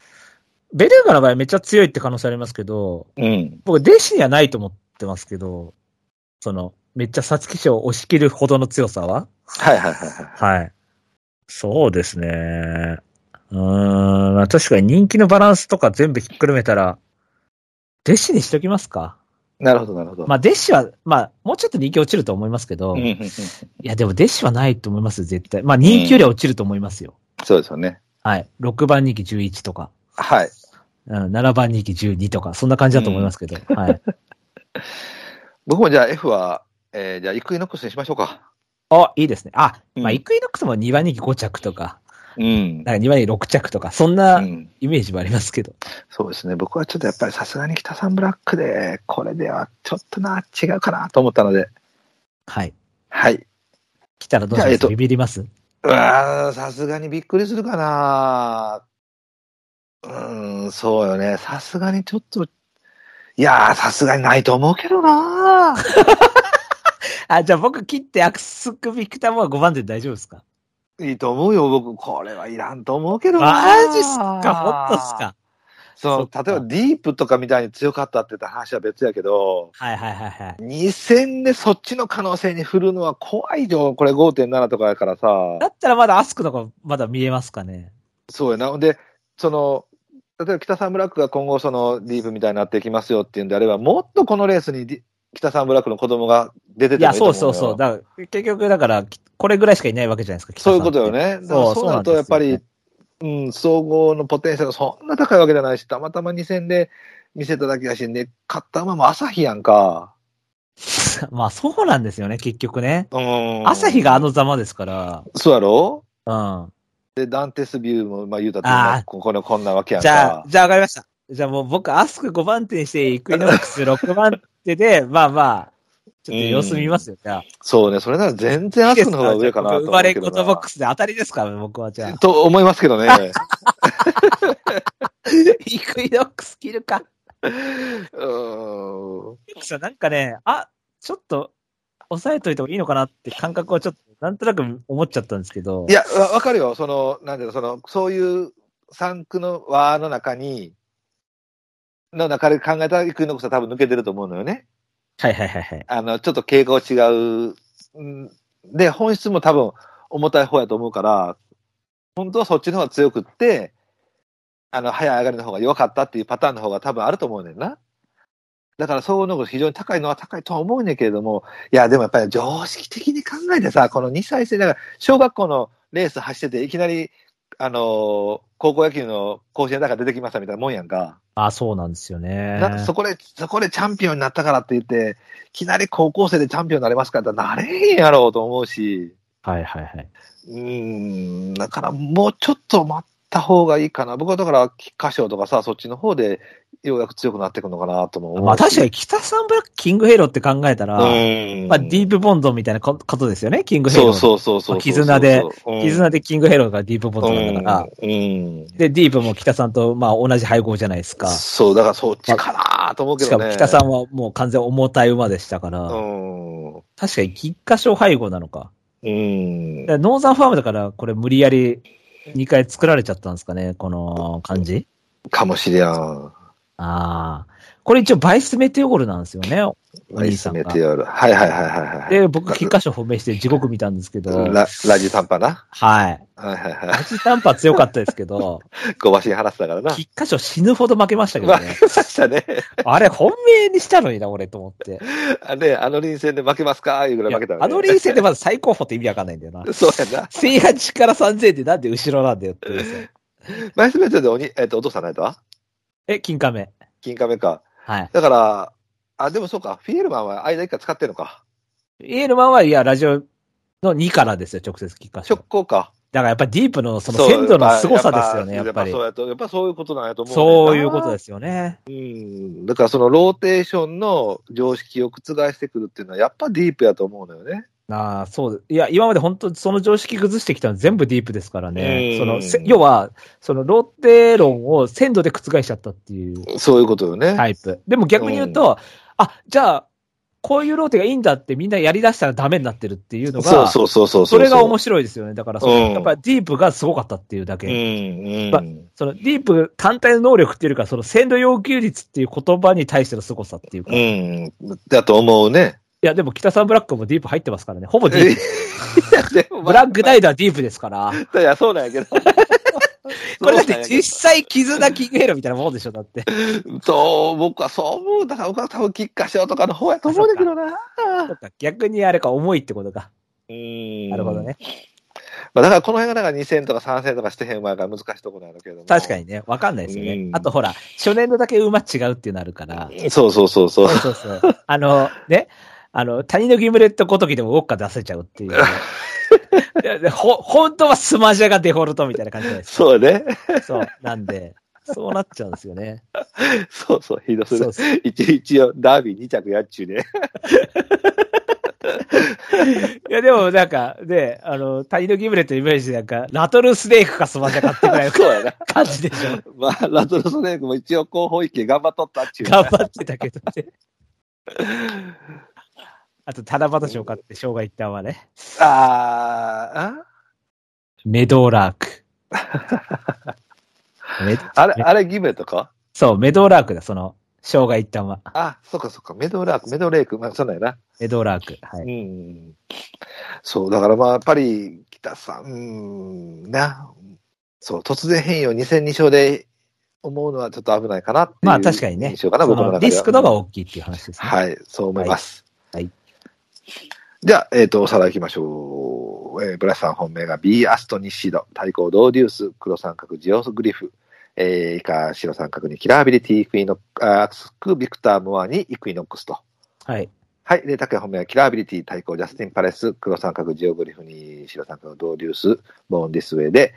S1: ベルーガの場合めっちゃ強いって可能性ありますけど、
S2: うん。
S1: 僕、弟子にはないと思ってますけど、その、めっちゃ皐月賞を押し切るほどの強さは
S2: はいはいはいはい。
S1: はい。そうですね。うーん、まあ確かに人気のバランスとか全部ひっくるめたら、弟子にしときますか。
S2: なるほど、なるほど。
S1: まあ弟子は、まあもうちょっと人気落ちると思いますけど、
S2: うんうん
S1: い
S2: うん
S1: やでも弟子はないと思いますよ、絶対。まあ人気よりは落ちると思いますよ。
S2: そうですよね。
S1: はい。6番人気11とか、
S2: はい。
S1: うん7番人気12とか、そんな感じだと思いますけど、はい。
S2: 僕もじゃあ F は、えー、じゃあイクイノックスにしましょうか。
S1: あ、いいですね。あ、まあ、
S2: うん
S1: イクイノックスも2番人気5着とか、
S2: うん。
S1: なんか2番人気6着とか、そん
S2: う、
S1: なんイメージもありますけど。
S2: そうですね。僕はちょっとやっぱりさすがに北さんブラックで、これではちょっとな、違うかなと思ったので、
S1: はい。
S2: はい。
S1: 来たらどうし
S2: じゃ
S1: ま
S2: あえ
S1: す
S2: っと
S1: かビビります
S2: うわーさすがにびっくりするかな。うーん、そうよね。さすがにちょっと、いやー、さすがにないと思うけどな。
S1: あ、じゃあ僕切ってアクスクビクタムは5番で大丈夫ですか
S2: いいと思うよ、僕。これはいらんと思うけどな。
S1: マジっすかほっとっすか
S2: そう、
S1: そっ
S2: 例
S1: か
S2: えばディープとかみたいに強かったって言った話は別やけど、
S1: はいはいはいはい。
S2: 2000でそっちの可能性に振るのは怖いよ。これ5.7とかやからさ
S1: だ。ったらまだアスクの方がまだ見えますかね
S2: そうやな。ほんで、その、例えば北サンブラックが今後そのディープみたいになっていきますよっていうんであれば、もっとこのレースにディ北サンブラックの子供が出て
S1: い
S2: て
S1: や、
S2: もいいと
S1: そ
S2: 思う
S1: う
S2: の
S1: そ
S2: よ
S1: うそう。だから結局だから、きこれぐらいしかいないわけじゃないですか。北さ
S2: そ
S1: ん
S2: うい
S1: っ
S2: う
S1: て
S2: ことよ。ね。だから
S1: そう
S2: そうなるとやっぱり、うん、総合のポテンシャルそんな高いわけじゃないし、たまたま2000で見せただけやし、ね、勝った馬も朝日やんか。
S1: まあそうなんですよね、結局ね。
S2: うん。
S1: 朝日があのざまですから、
S2: そうやろ
S1: うん。
S2: で、ダンテスビューも、まあ、言うたと
S1: あー
S2: ここのこんなわけやんか。
S1: じゃあ、じゃあ分かりました。じゃあもう僕、アスク5番手にして、イクイノックス6番 手で、まあまあ、ちょっと様子見ますよ、じゃあ。
S2: そうね、それなら全然アスクの方が上かなと
S1: 僕
S2: 思うけ
S1: 生
S2: ど
S1: ま
S2: な
S1: れ言葉ボックスで当たりですから、僕はじ ゃあ。
S2: と思いますけどね。
S1: イクイノックス切るか。
S2: うーん
S1: さ、なんかね、あ、ちょっと、抑えといた方がいいのかなって感覚はちょっと、なんとなく思っちゃったんですけど。
S2: いや、わわかるよ。その、なんだろう、その、そういう3区の輪の中に、の中で考えたら、イクイノックスは多分抜けてると思うのよね。
S1: はいはいはいはい。
S2: あの、ちょっと傾向違う。んで、本質も多分重たい方やと思うから、本当はそっちの方が強くって、あの、早い上がりの方が弱かったっていうパターンの方が多分あると思うねんな。だから、総合能力非常に高いのは高いとは思うねんけれども、いや、でもやっぱり常識的に考えてさ、この2歳生、だから、小学校のレース走ってて、いきなり、あのー高校野球の甲子園だから出てきましたみたいなもんやんか。
S1: あ、そうなんですよね。
S2: なんかそこで、そこでチャンピオンになったからって言って、いきなり高校生でチャンピオンになれますかって言ったらなれへんやろうと思うし、
S1: はいはいはい。
S2: うーん、だからもうちょっと待った方がいいかな。僕はだから、菊花賞とかさ、そっちの方でようやく強くなっていくのかなとも思うし。
S1: まあ確かに北サンブラック、キングヘイローって考えたら、
S2: うん。
S1: まあディープボンドみたいなこことですよね、キングヘイ
S2: そ
S1: ロ
S2: う
S1: ー。う
S2: そうそうそうそう。
S1: 絆で
S2: うん、
S1: 絆でキングヘイローがディープボンドなんだから、
S2: うんうん。
S1: で、ディープも北さんとまあ同じ配合じゃないですか。し
S2: そう、だからそっちかなと思うけ
S1: か
S2: ど
S1: も
S2: ね。
S1: 北さんはもう完全重たい馬でしたから、
S2: うん。う
S1: 確かに菊花賞配合なのか。
S2: ん
S1: だか。らノーザンファームだからこれ無理やり2回作られちゃったんですかね、この感じ。
S2: かもしれん。
S1: ああ。これ一応バイスメテオゴルなんですよね。お兄さんが
S2: ナイスメテオールはいはいはいはいはい。
S1: で、僕、菊花賞褒めして地獄見たんですけど、
S2: ララジ短波な。
S1: はい。
S2: はいはいは
S1: 8単波強かったですけ ど、
S2: い。小橋に話してたからな。
S1: 菊花賞死ぬほど負けましたけど
S2: 負
S1: ね。
S2: けましたね。
S1: あれ、本命にしたのにな、俺、と思 って。
S2: あね、あの臨戦で負けますかいうぐらい負けた、ね、
S1: あの臨戦でまず最高峰って意味わかんないんだよな。
S2: そうやな。
S1: 1008から3000ってなんで後ろなんだよっていう さ。
S2: マイスメントでおに、えっ、と、お父さんないとは
S1: え、金亀。
S2: 金亀か。
S1: はい。
S2: だから、あ、でもそうか。フィエルマンは間一回使ってるのか。
S1: イエルマンは、いや、ラジオの2からですよ、直接菊花賞。
S2: 直行か。
S1: だからやっぱディープのその鮮度の凄さですよね、やっぱり
S2: そう。やと、やっぱそういうことなんやと思う、。
S1: そういうことですすよね。
S2: うん。だからそのローテーションの常識を覆してくるっていうのは、やっぱディープやと思うのよね。
S1: ああ、そう。いや、今まで本当その常識崩してきたの全部ディープですから
S2: う
S1: ね。
S2: ん
S1: その、せ要は、そのローテ論を鮮度で覆しちゃったっていう
S2: そういうことよね。
S1: タイプ。でも逆に言うと、あ、じゃあ、こういうローテがいいんだってみんなやり出したらダメになってるっていうのが、
S2: そうそうそうそうう。
S1: それが面白いですよね。だからその、
S2: うん
S1: やっぱりディープがすごかったっていうだけ。
S2: うん、
S1: まあ
S2: うん。
S1: そのディープ単体の能力っていうよりか、その鮮度要求率っていう言葉に対しての凄さっていうか。い
S2: うん。だと思うね。
S1: や、でも北さんブラックもディープ入ってますからね。ほぼディープ。
S2: でもまあ
S1: ブラックダイダーディープですから。
S2: いや、そうなんやけ ど。
S1: これだっ
S2: そうなん
S1: て
S2: やけ
S1: 実際絆キングヘロみたいなもんでしょ、だって。
S2: どそう、僕はそう思う。だから僕は多分、キッカショーとかの方やと思うんだけどな。
S1: そっか逆にあれか重いってことか。
S2: うん
S1: なるほど。ね。
S2: まあ、だからこの辺がなんか2戦とか3戦とかしてへん前から難しいところなんだけども
S1: 確かにね、わかんないですよね
S2: う。ん
S1: あとほら、初年度だけ馬違うっていうのあるから。
S2: に。そうそうそうそう。
S1: そうそうそう。あの、ね、あの、谷のギムレットごときでもウォッカ出せちゃうっていう。いやでほ、本当はスマジャがデフォルトみたいな感じじゃないです
S2: そうね。
S1: か。そう。なんで、そうなっちゃうんですよね。
S2: そうそう、ひどす
S1: そ
S2: ね
S1: う。そう。
S2: 一一応、ダービー2着やっちゅうね。
S1: いや、でもなんか、で、あの、谷のギムレットのイメージでなんか、ラトルスネークかスマジャかってぐらいの
S2: そうやな。
S1: 感じでし ょ。
S2: まあ、ラトルソネークも一応候補一揆頑張っとったっちゅうね。
S1: 頑張ってたけどね。あと、七夕賞買って、生姜一旦はね。
S2: あー
S1: メドーラー ク。め
S2: あ、あれ、あれ、ギブとか
S1: そう、メドーラークだ、その、生姜一旦は。
S2: あ、そっかそっか、メドラーク、メドレーク、まあ、そうなんやな。
S1: メドーラーク。は
S2: う
S1: い。
S2: んそう、だからまあ、やっぱり、北さん、うんな、そう、突然変異を2戦2勝で思うのはちょっと危ないかなっていう
S1: まあ、確かにね。
S2: 印象かな、僕の
S1: そ
S2: 中
S1: の
S2: で
S1: リ
S2: は。
S1: スクの方が大きいっていう話ですね。
S2: はい、そう思います。
S1: はいはい
S2: じゃあ、えっ、と、おさらい行きましょう。えーブラスさん本命が B アストニッシド、対抗ドーデュース、黒三角ジオグリフ、えー、以下白三角にキラーアビリティ、イクイノックあーアクスク、ビクター・モアにイクイノックスと。
S1: はい。
S2: はい。で、竹谷本命はキラーアビリティ対抗ジャスティン・パレス、黒三角ジオグリフに白三角ドーデュース、ボーン・ディスウェイで、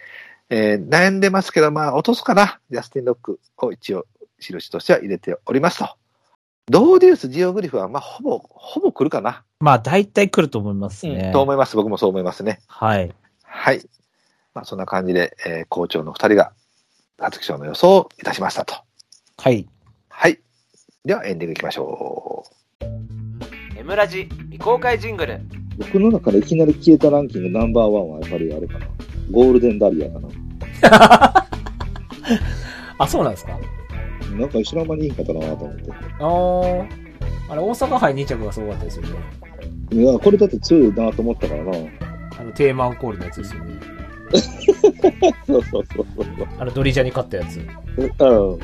S2: えー悩んでますけど、まあ、落とすかな。ジャスティン・ロックを一応、印としては入れておりますと。ドーデュース、ジオグリフは、まあ、ほぼ、ほぼ来るかな。
S1: まあ、大体来ると思いますね。
S2: と思います。僕もそう思いますね。
S1: はい。
S2: はい。まあ、そんな感じで、えー校長の二人が、初期賞の予想をいたしましたと。
S1: はい。
S2: はい。では、エンディングいきましょう。
S3: エムラジ未公開ジングル
S4: 僕の中でいきなり消えたランキングナンバーワンはやっぱりあれかな。ゴールデンダリアかな。
S1: あ、そうなんですか
S4: なんか知らん間にいいんかったなと思って。
S1: あー。あれ、大阪杯2着がすごかったですよね。
S4: いや、これだって強いなと思ったからな。
S1: あの、テーマンコールのやつですよね。
S4: そうそうそうそう。
S1: あの、ドリジャに勝ったやつ。
S4: うん。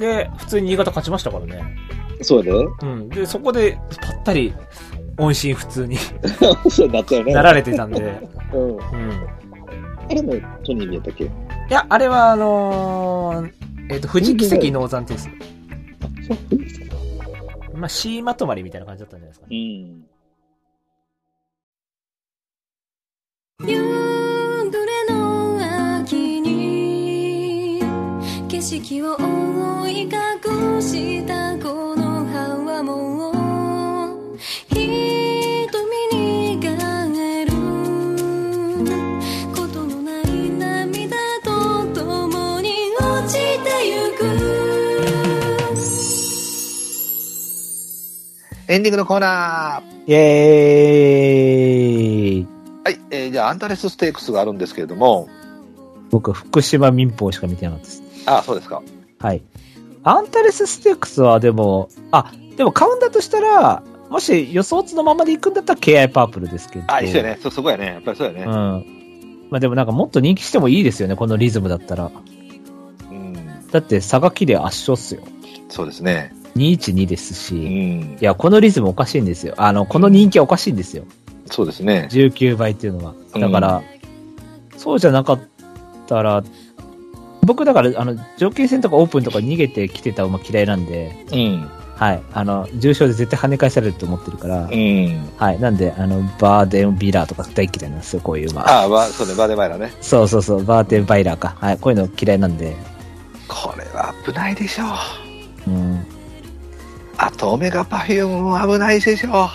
S1: で、普通に新潟勝ちましたからね。
S4: そうやで。
S1: うん。で、そこで、ぱったり、音信不通に
S4: そうだったよね。
S1: なられてたんで。
S4: うん。
S1: うん。
S4: あれもトニー見えたっけ
S1: いや、あれは、あのー、えっ、と、富士奇跡農山です。
S4: あ、そう。
S1: まあ、C まとまりみたいな感じだったんじゃないですか
S4: う
S1: ね。
S4: ん。
S5: 夕暮れの秋に景色を覆い隠したこの葉はもう瞳に輝ることのない涙と共に落ちてゆく
S2: エンディングのコーナー
S1: イエーイ
S2: はい、えーじゃあアンタレスステークスがあるんですけれども、
S1: 僕、福島民放しか見てなかったです。
S2: あ、そうですか。
S1: はい。アンタレスステークスはでも、あ、でも買うんだとしたら、もし予想値のままで行くんだったら KI パープルですけど。
S2: あ、一緒やね。そ、そこやね。やっぱりそうや
S1: う
S2: ね
S1: ん。。まあでもなんかもっと人気してもいいですよね、このリズムだったら。
S2: うん。
S1: だって佐賀綺麗圧勝っすよ。
S2: そうですね。
S1: 212ですし。
S2: う
S1: い
S2: ん。
S1: や、このリズムおかしいんですよ。あの、この人気はおかしいんですよ。
S2: そうですね。
S1: 19倍っていうのは。だから、そうじゃなかったら、僕だから、あの、条件戦とかオープンとか逃げてきてた馬嫌いなんで、
S2: うん。
S1: はい。あの、重傷で絶対跳ね返されると思ってるから、
S2: うん。
S1: はい。なんで、あの、バーデンビラーとか大嫌いなんですよ、こういう馬。
S2: あ、ば、そうね。バーデンバイラーね。
S1: そうそうそう、バーデンバイラーか。はい。こういうの嫌いなんで、
S2: これは危ないでしょ
S1: う
S2: う。
S1: ん。
S2: あと、オメガパフュームも危ないでしょう。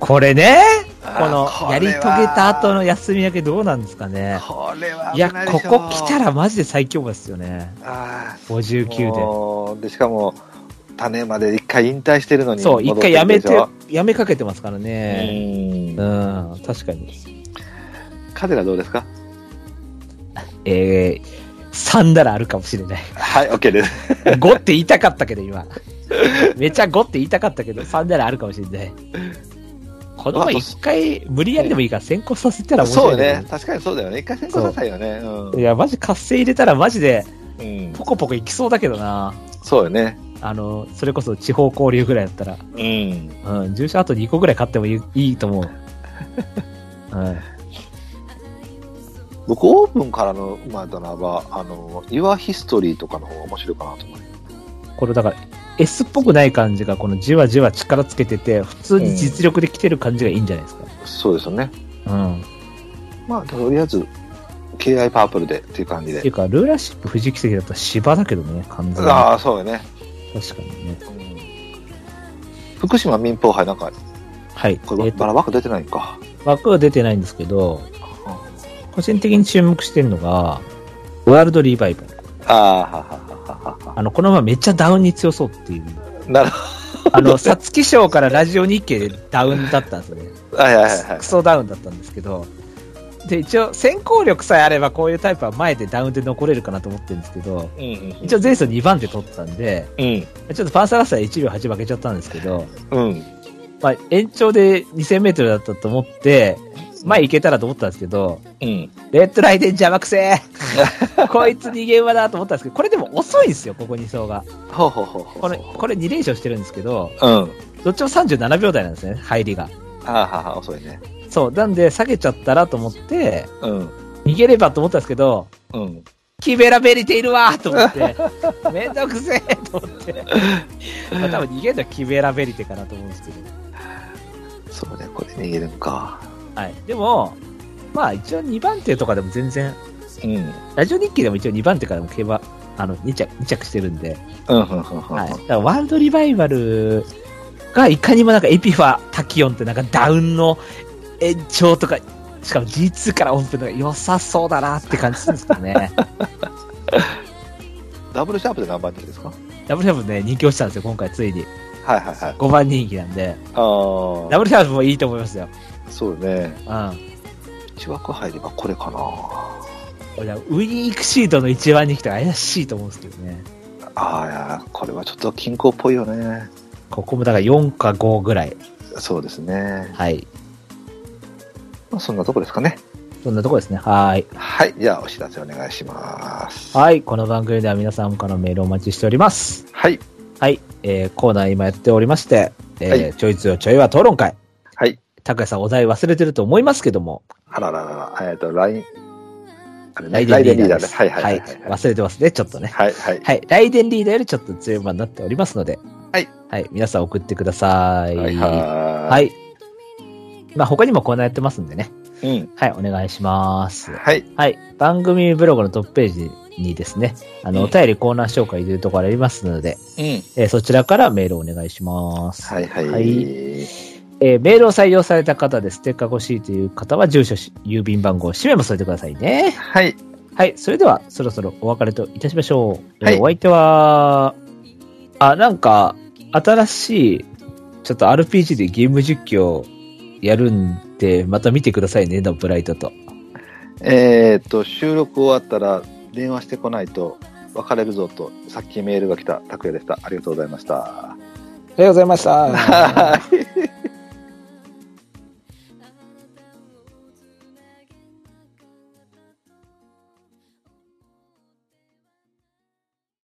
S1: これね、
S2: あ
S1: この、やり遂げた後
S2: の。
S1: の休み明けどうなんですかね。
S2: これはい危
S1: や、
S2: ないでしょ
S1: こ
S2: う。
S1: こ来た。らマジで最強馬ですよね。
S2: あ
S1: 59
S2: 9で。で、しかも、種まで一回引退してるの
S1: で。
S2: に。
S1: そう、一回やめて
S2: 戻っ、
S1: やめかけてますから
S2: きてるで
S1: ね。
S2: しょ
S1: う
S2: うん。
S1: ん、確かに。
S2: カデラどうですか
S1: えー、3ならあるかもしれない。
S2: はい、OK です。
S1: 5って言いたかったけど、今。 めちゃ5って言いたかったけど、3ならあるかもしれない。この前一回、無理やりでもいいから先行させたら面白
S2: そ
S1: いうんだけど
S2: ね。。確かにそうだよね。一回先行させたいよね。
S1: いや、マジ活性入れたらマジで、
S2: うん。うん。
S1: ポコポコいきそうだけどな。
S2: そうよね。
S1: あの、それこそ地方交流ぐらいだったら。
S2: うん。
S1: うん、重賞あと2個ぐらい勝ってもいいいいと思う。 うん。
S2: 僕、オープンからの馬だなば、あの、Your History とかの方が面白いかなと思う。
S1: これだから、S っぽくない感じが、このじわじわ力つけてて、普通に実力で来てる感じがいいんじゃないですか。
S2: そうですよね。
S1: うん。
S2: まあ、とりあえず、K.I. パープルでっていう感じ
S1: ってい
S2: で。
S1: うか、ルーラーシップ藤木席だったら芝だけどね、完全に。
S2: ああ、そうよね。
S1: 確かにね。
S2: うん福島民放杯なんか、
S1: はい。
S2: これ、
S1: えっ
S2: バ
S1: と
S2: ラバカ出てないか。
S1: 枠は出てないんですけど、個人的に注目してるのが、ワールドリバイバル。
S2: ああ、ははははは。
S1: あの、このままめっちゃダウンに強そうっていう。
S2: なるほ
S1: あの、皐月賞からラジオ日経でダウンだったんですよね。
S2: ど。はいはいはいはい
S1: ク。ソダウンだったんですけど、で、一応、先行力さえあれば、こういうタイプは前でダウンで残れるかなと思ってるんですけど、
S2: うんうん
S1: 一応前走2番手取ったんで、ちょっとパンサーラッサー1秒8負けちゃったんですけど、
S2: うん。うん。
S1: まあ、延長で2000メートルだったと思って、前行けたらと思ったんですけど、
S2: うん。
S1: レッドライデン邪魔くせ えこいつ逃げ馬だと思ったんですけど、これでも遅いんですよ、ここ2走が。
S2: ほうほうほうほう。
S1: これ、これ2連勝してるんですけど、
S2: うん。は
S1: どっちも37秒台なんですね、入りが。
S2: あはあはあ、遅いね。
S1: そう、なんで下げちゃったらと思って、
S2: うん。
S1: 逃げればと思ったんですけど、
S2: うん。
S1: キベラベリているわと思って、めんどくせえと思って。まあ多分逃げるのはキベラベリテかなと思うんですけど。
S2: そうね、これ逃げるんか。
S1: はい。でも、まあ一応2番手とかでも全然
S2: うん。うん、
S1: ラジオ日記でも一応2番手からも競馬、あの、2着、2着してるんで、
S2: うん、うん、うん。
S1: はい。だからワールドリバイバルがいかにもなんかエピファ、タキオンってなんかダウンの延長とか、しかも G2 からオープンのが良さそうだなって感じするんですけどね。
S2: ダブルシャープで何番手ですか
S1: ダブルシャープね、人気落ちたんですよ、今回ついに。
S2: はいはいはい。
S1: 5番人気なんで、ダ
S2: あ
S1: ブルシャープもいいと思いますよ。
S2: あ、そうね。
S1: うん。
S2: 一枠入ればこれかな。
S1: 俺はウィークシートの一番人気とか怪しいと思うんですけどね。
S2: ああ、いや、これはちょっと均衡っぽいよね。
S1: ここもだから4か5ぐらい。
S2: そうですね。
S1: はい。
S2: まあ、そんなとこですかね。
S1: そんなとこですね。はい。
S2: はい。じゃあ、お知らせお願いします。
S1: はい。この番組では皆さんからのメールをお待ちしております。
S2: はい。
S1: はい。えー、コーナー今やっておりまして、えー
S2: はい
S1: ちょいつよちょいは討論会。
S2: はい。
S1: 高橋さんお題忘れてると思いますけども、
S2: あらららら、えっ、と、ライン、あれ
S1: 来
S2: ね、
S1: 電リ
S2: 来電
S1: ー
S2: リー
S1: ダー
S2: ダー
S1: で
S2: ね。
S1: す。
S2: はいはいはいはい。はい
S1: 忘れてますね、ちょっとね。
S2: はいはい。
S1: はい。来電リーダーよりちょっと強い版になっておりますので、
S2: はい。
S1: はい。皆さん送ってください。
S2: はい
S1: は。
S2: はい
S1: まあ、他にもコーナーやってますんでね。
S2: い。うん。
S1: はい、お願いします。
S2: はい。
S1: はい。番組ブログのトップページにですね、あの、お便りコーナー紹介というところありますので、
S2: うん。
S1: えーそちらからメールをお願いします。
S2: はいはい。
S1: はいえーメールを採用された方でステッカー欲しいという方は、住所し、郵便番号、氏名も添えてくださいね。
S2: はい。
S1: はい。それでは、そろそろお別れといたしましょう。えー
S2: はい
S1: お相手は、あ、なんか、新しい、ちょっと RPG でゲーム実況やるんで、また見てくださいね、のブライトと。
S2: えっ、と、収録終わったら電話してこないと別れるぞと、さっきメールが来た拓也でした。ありがとうございました。
S1: ありがとうございました。
S2: はい。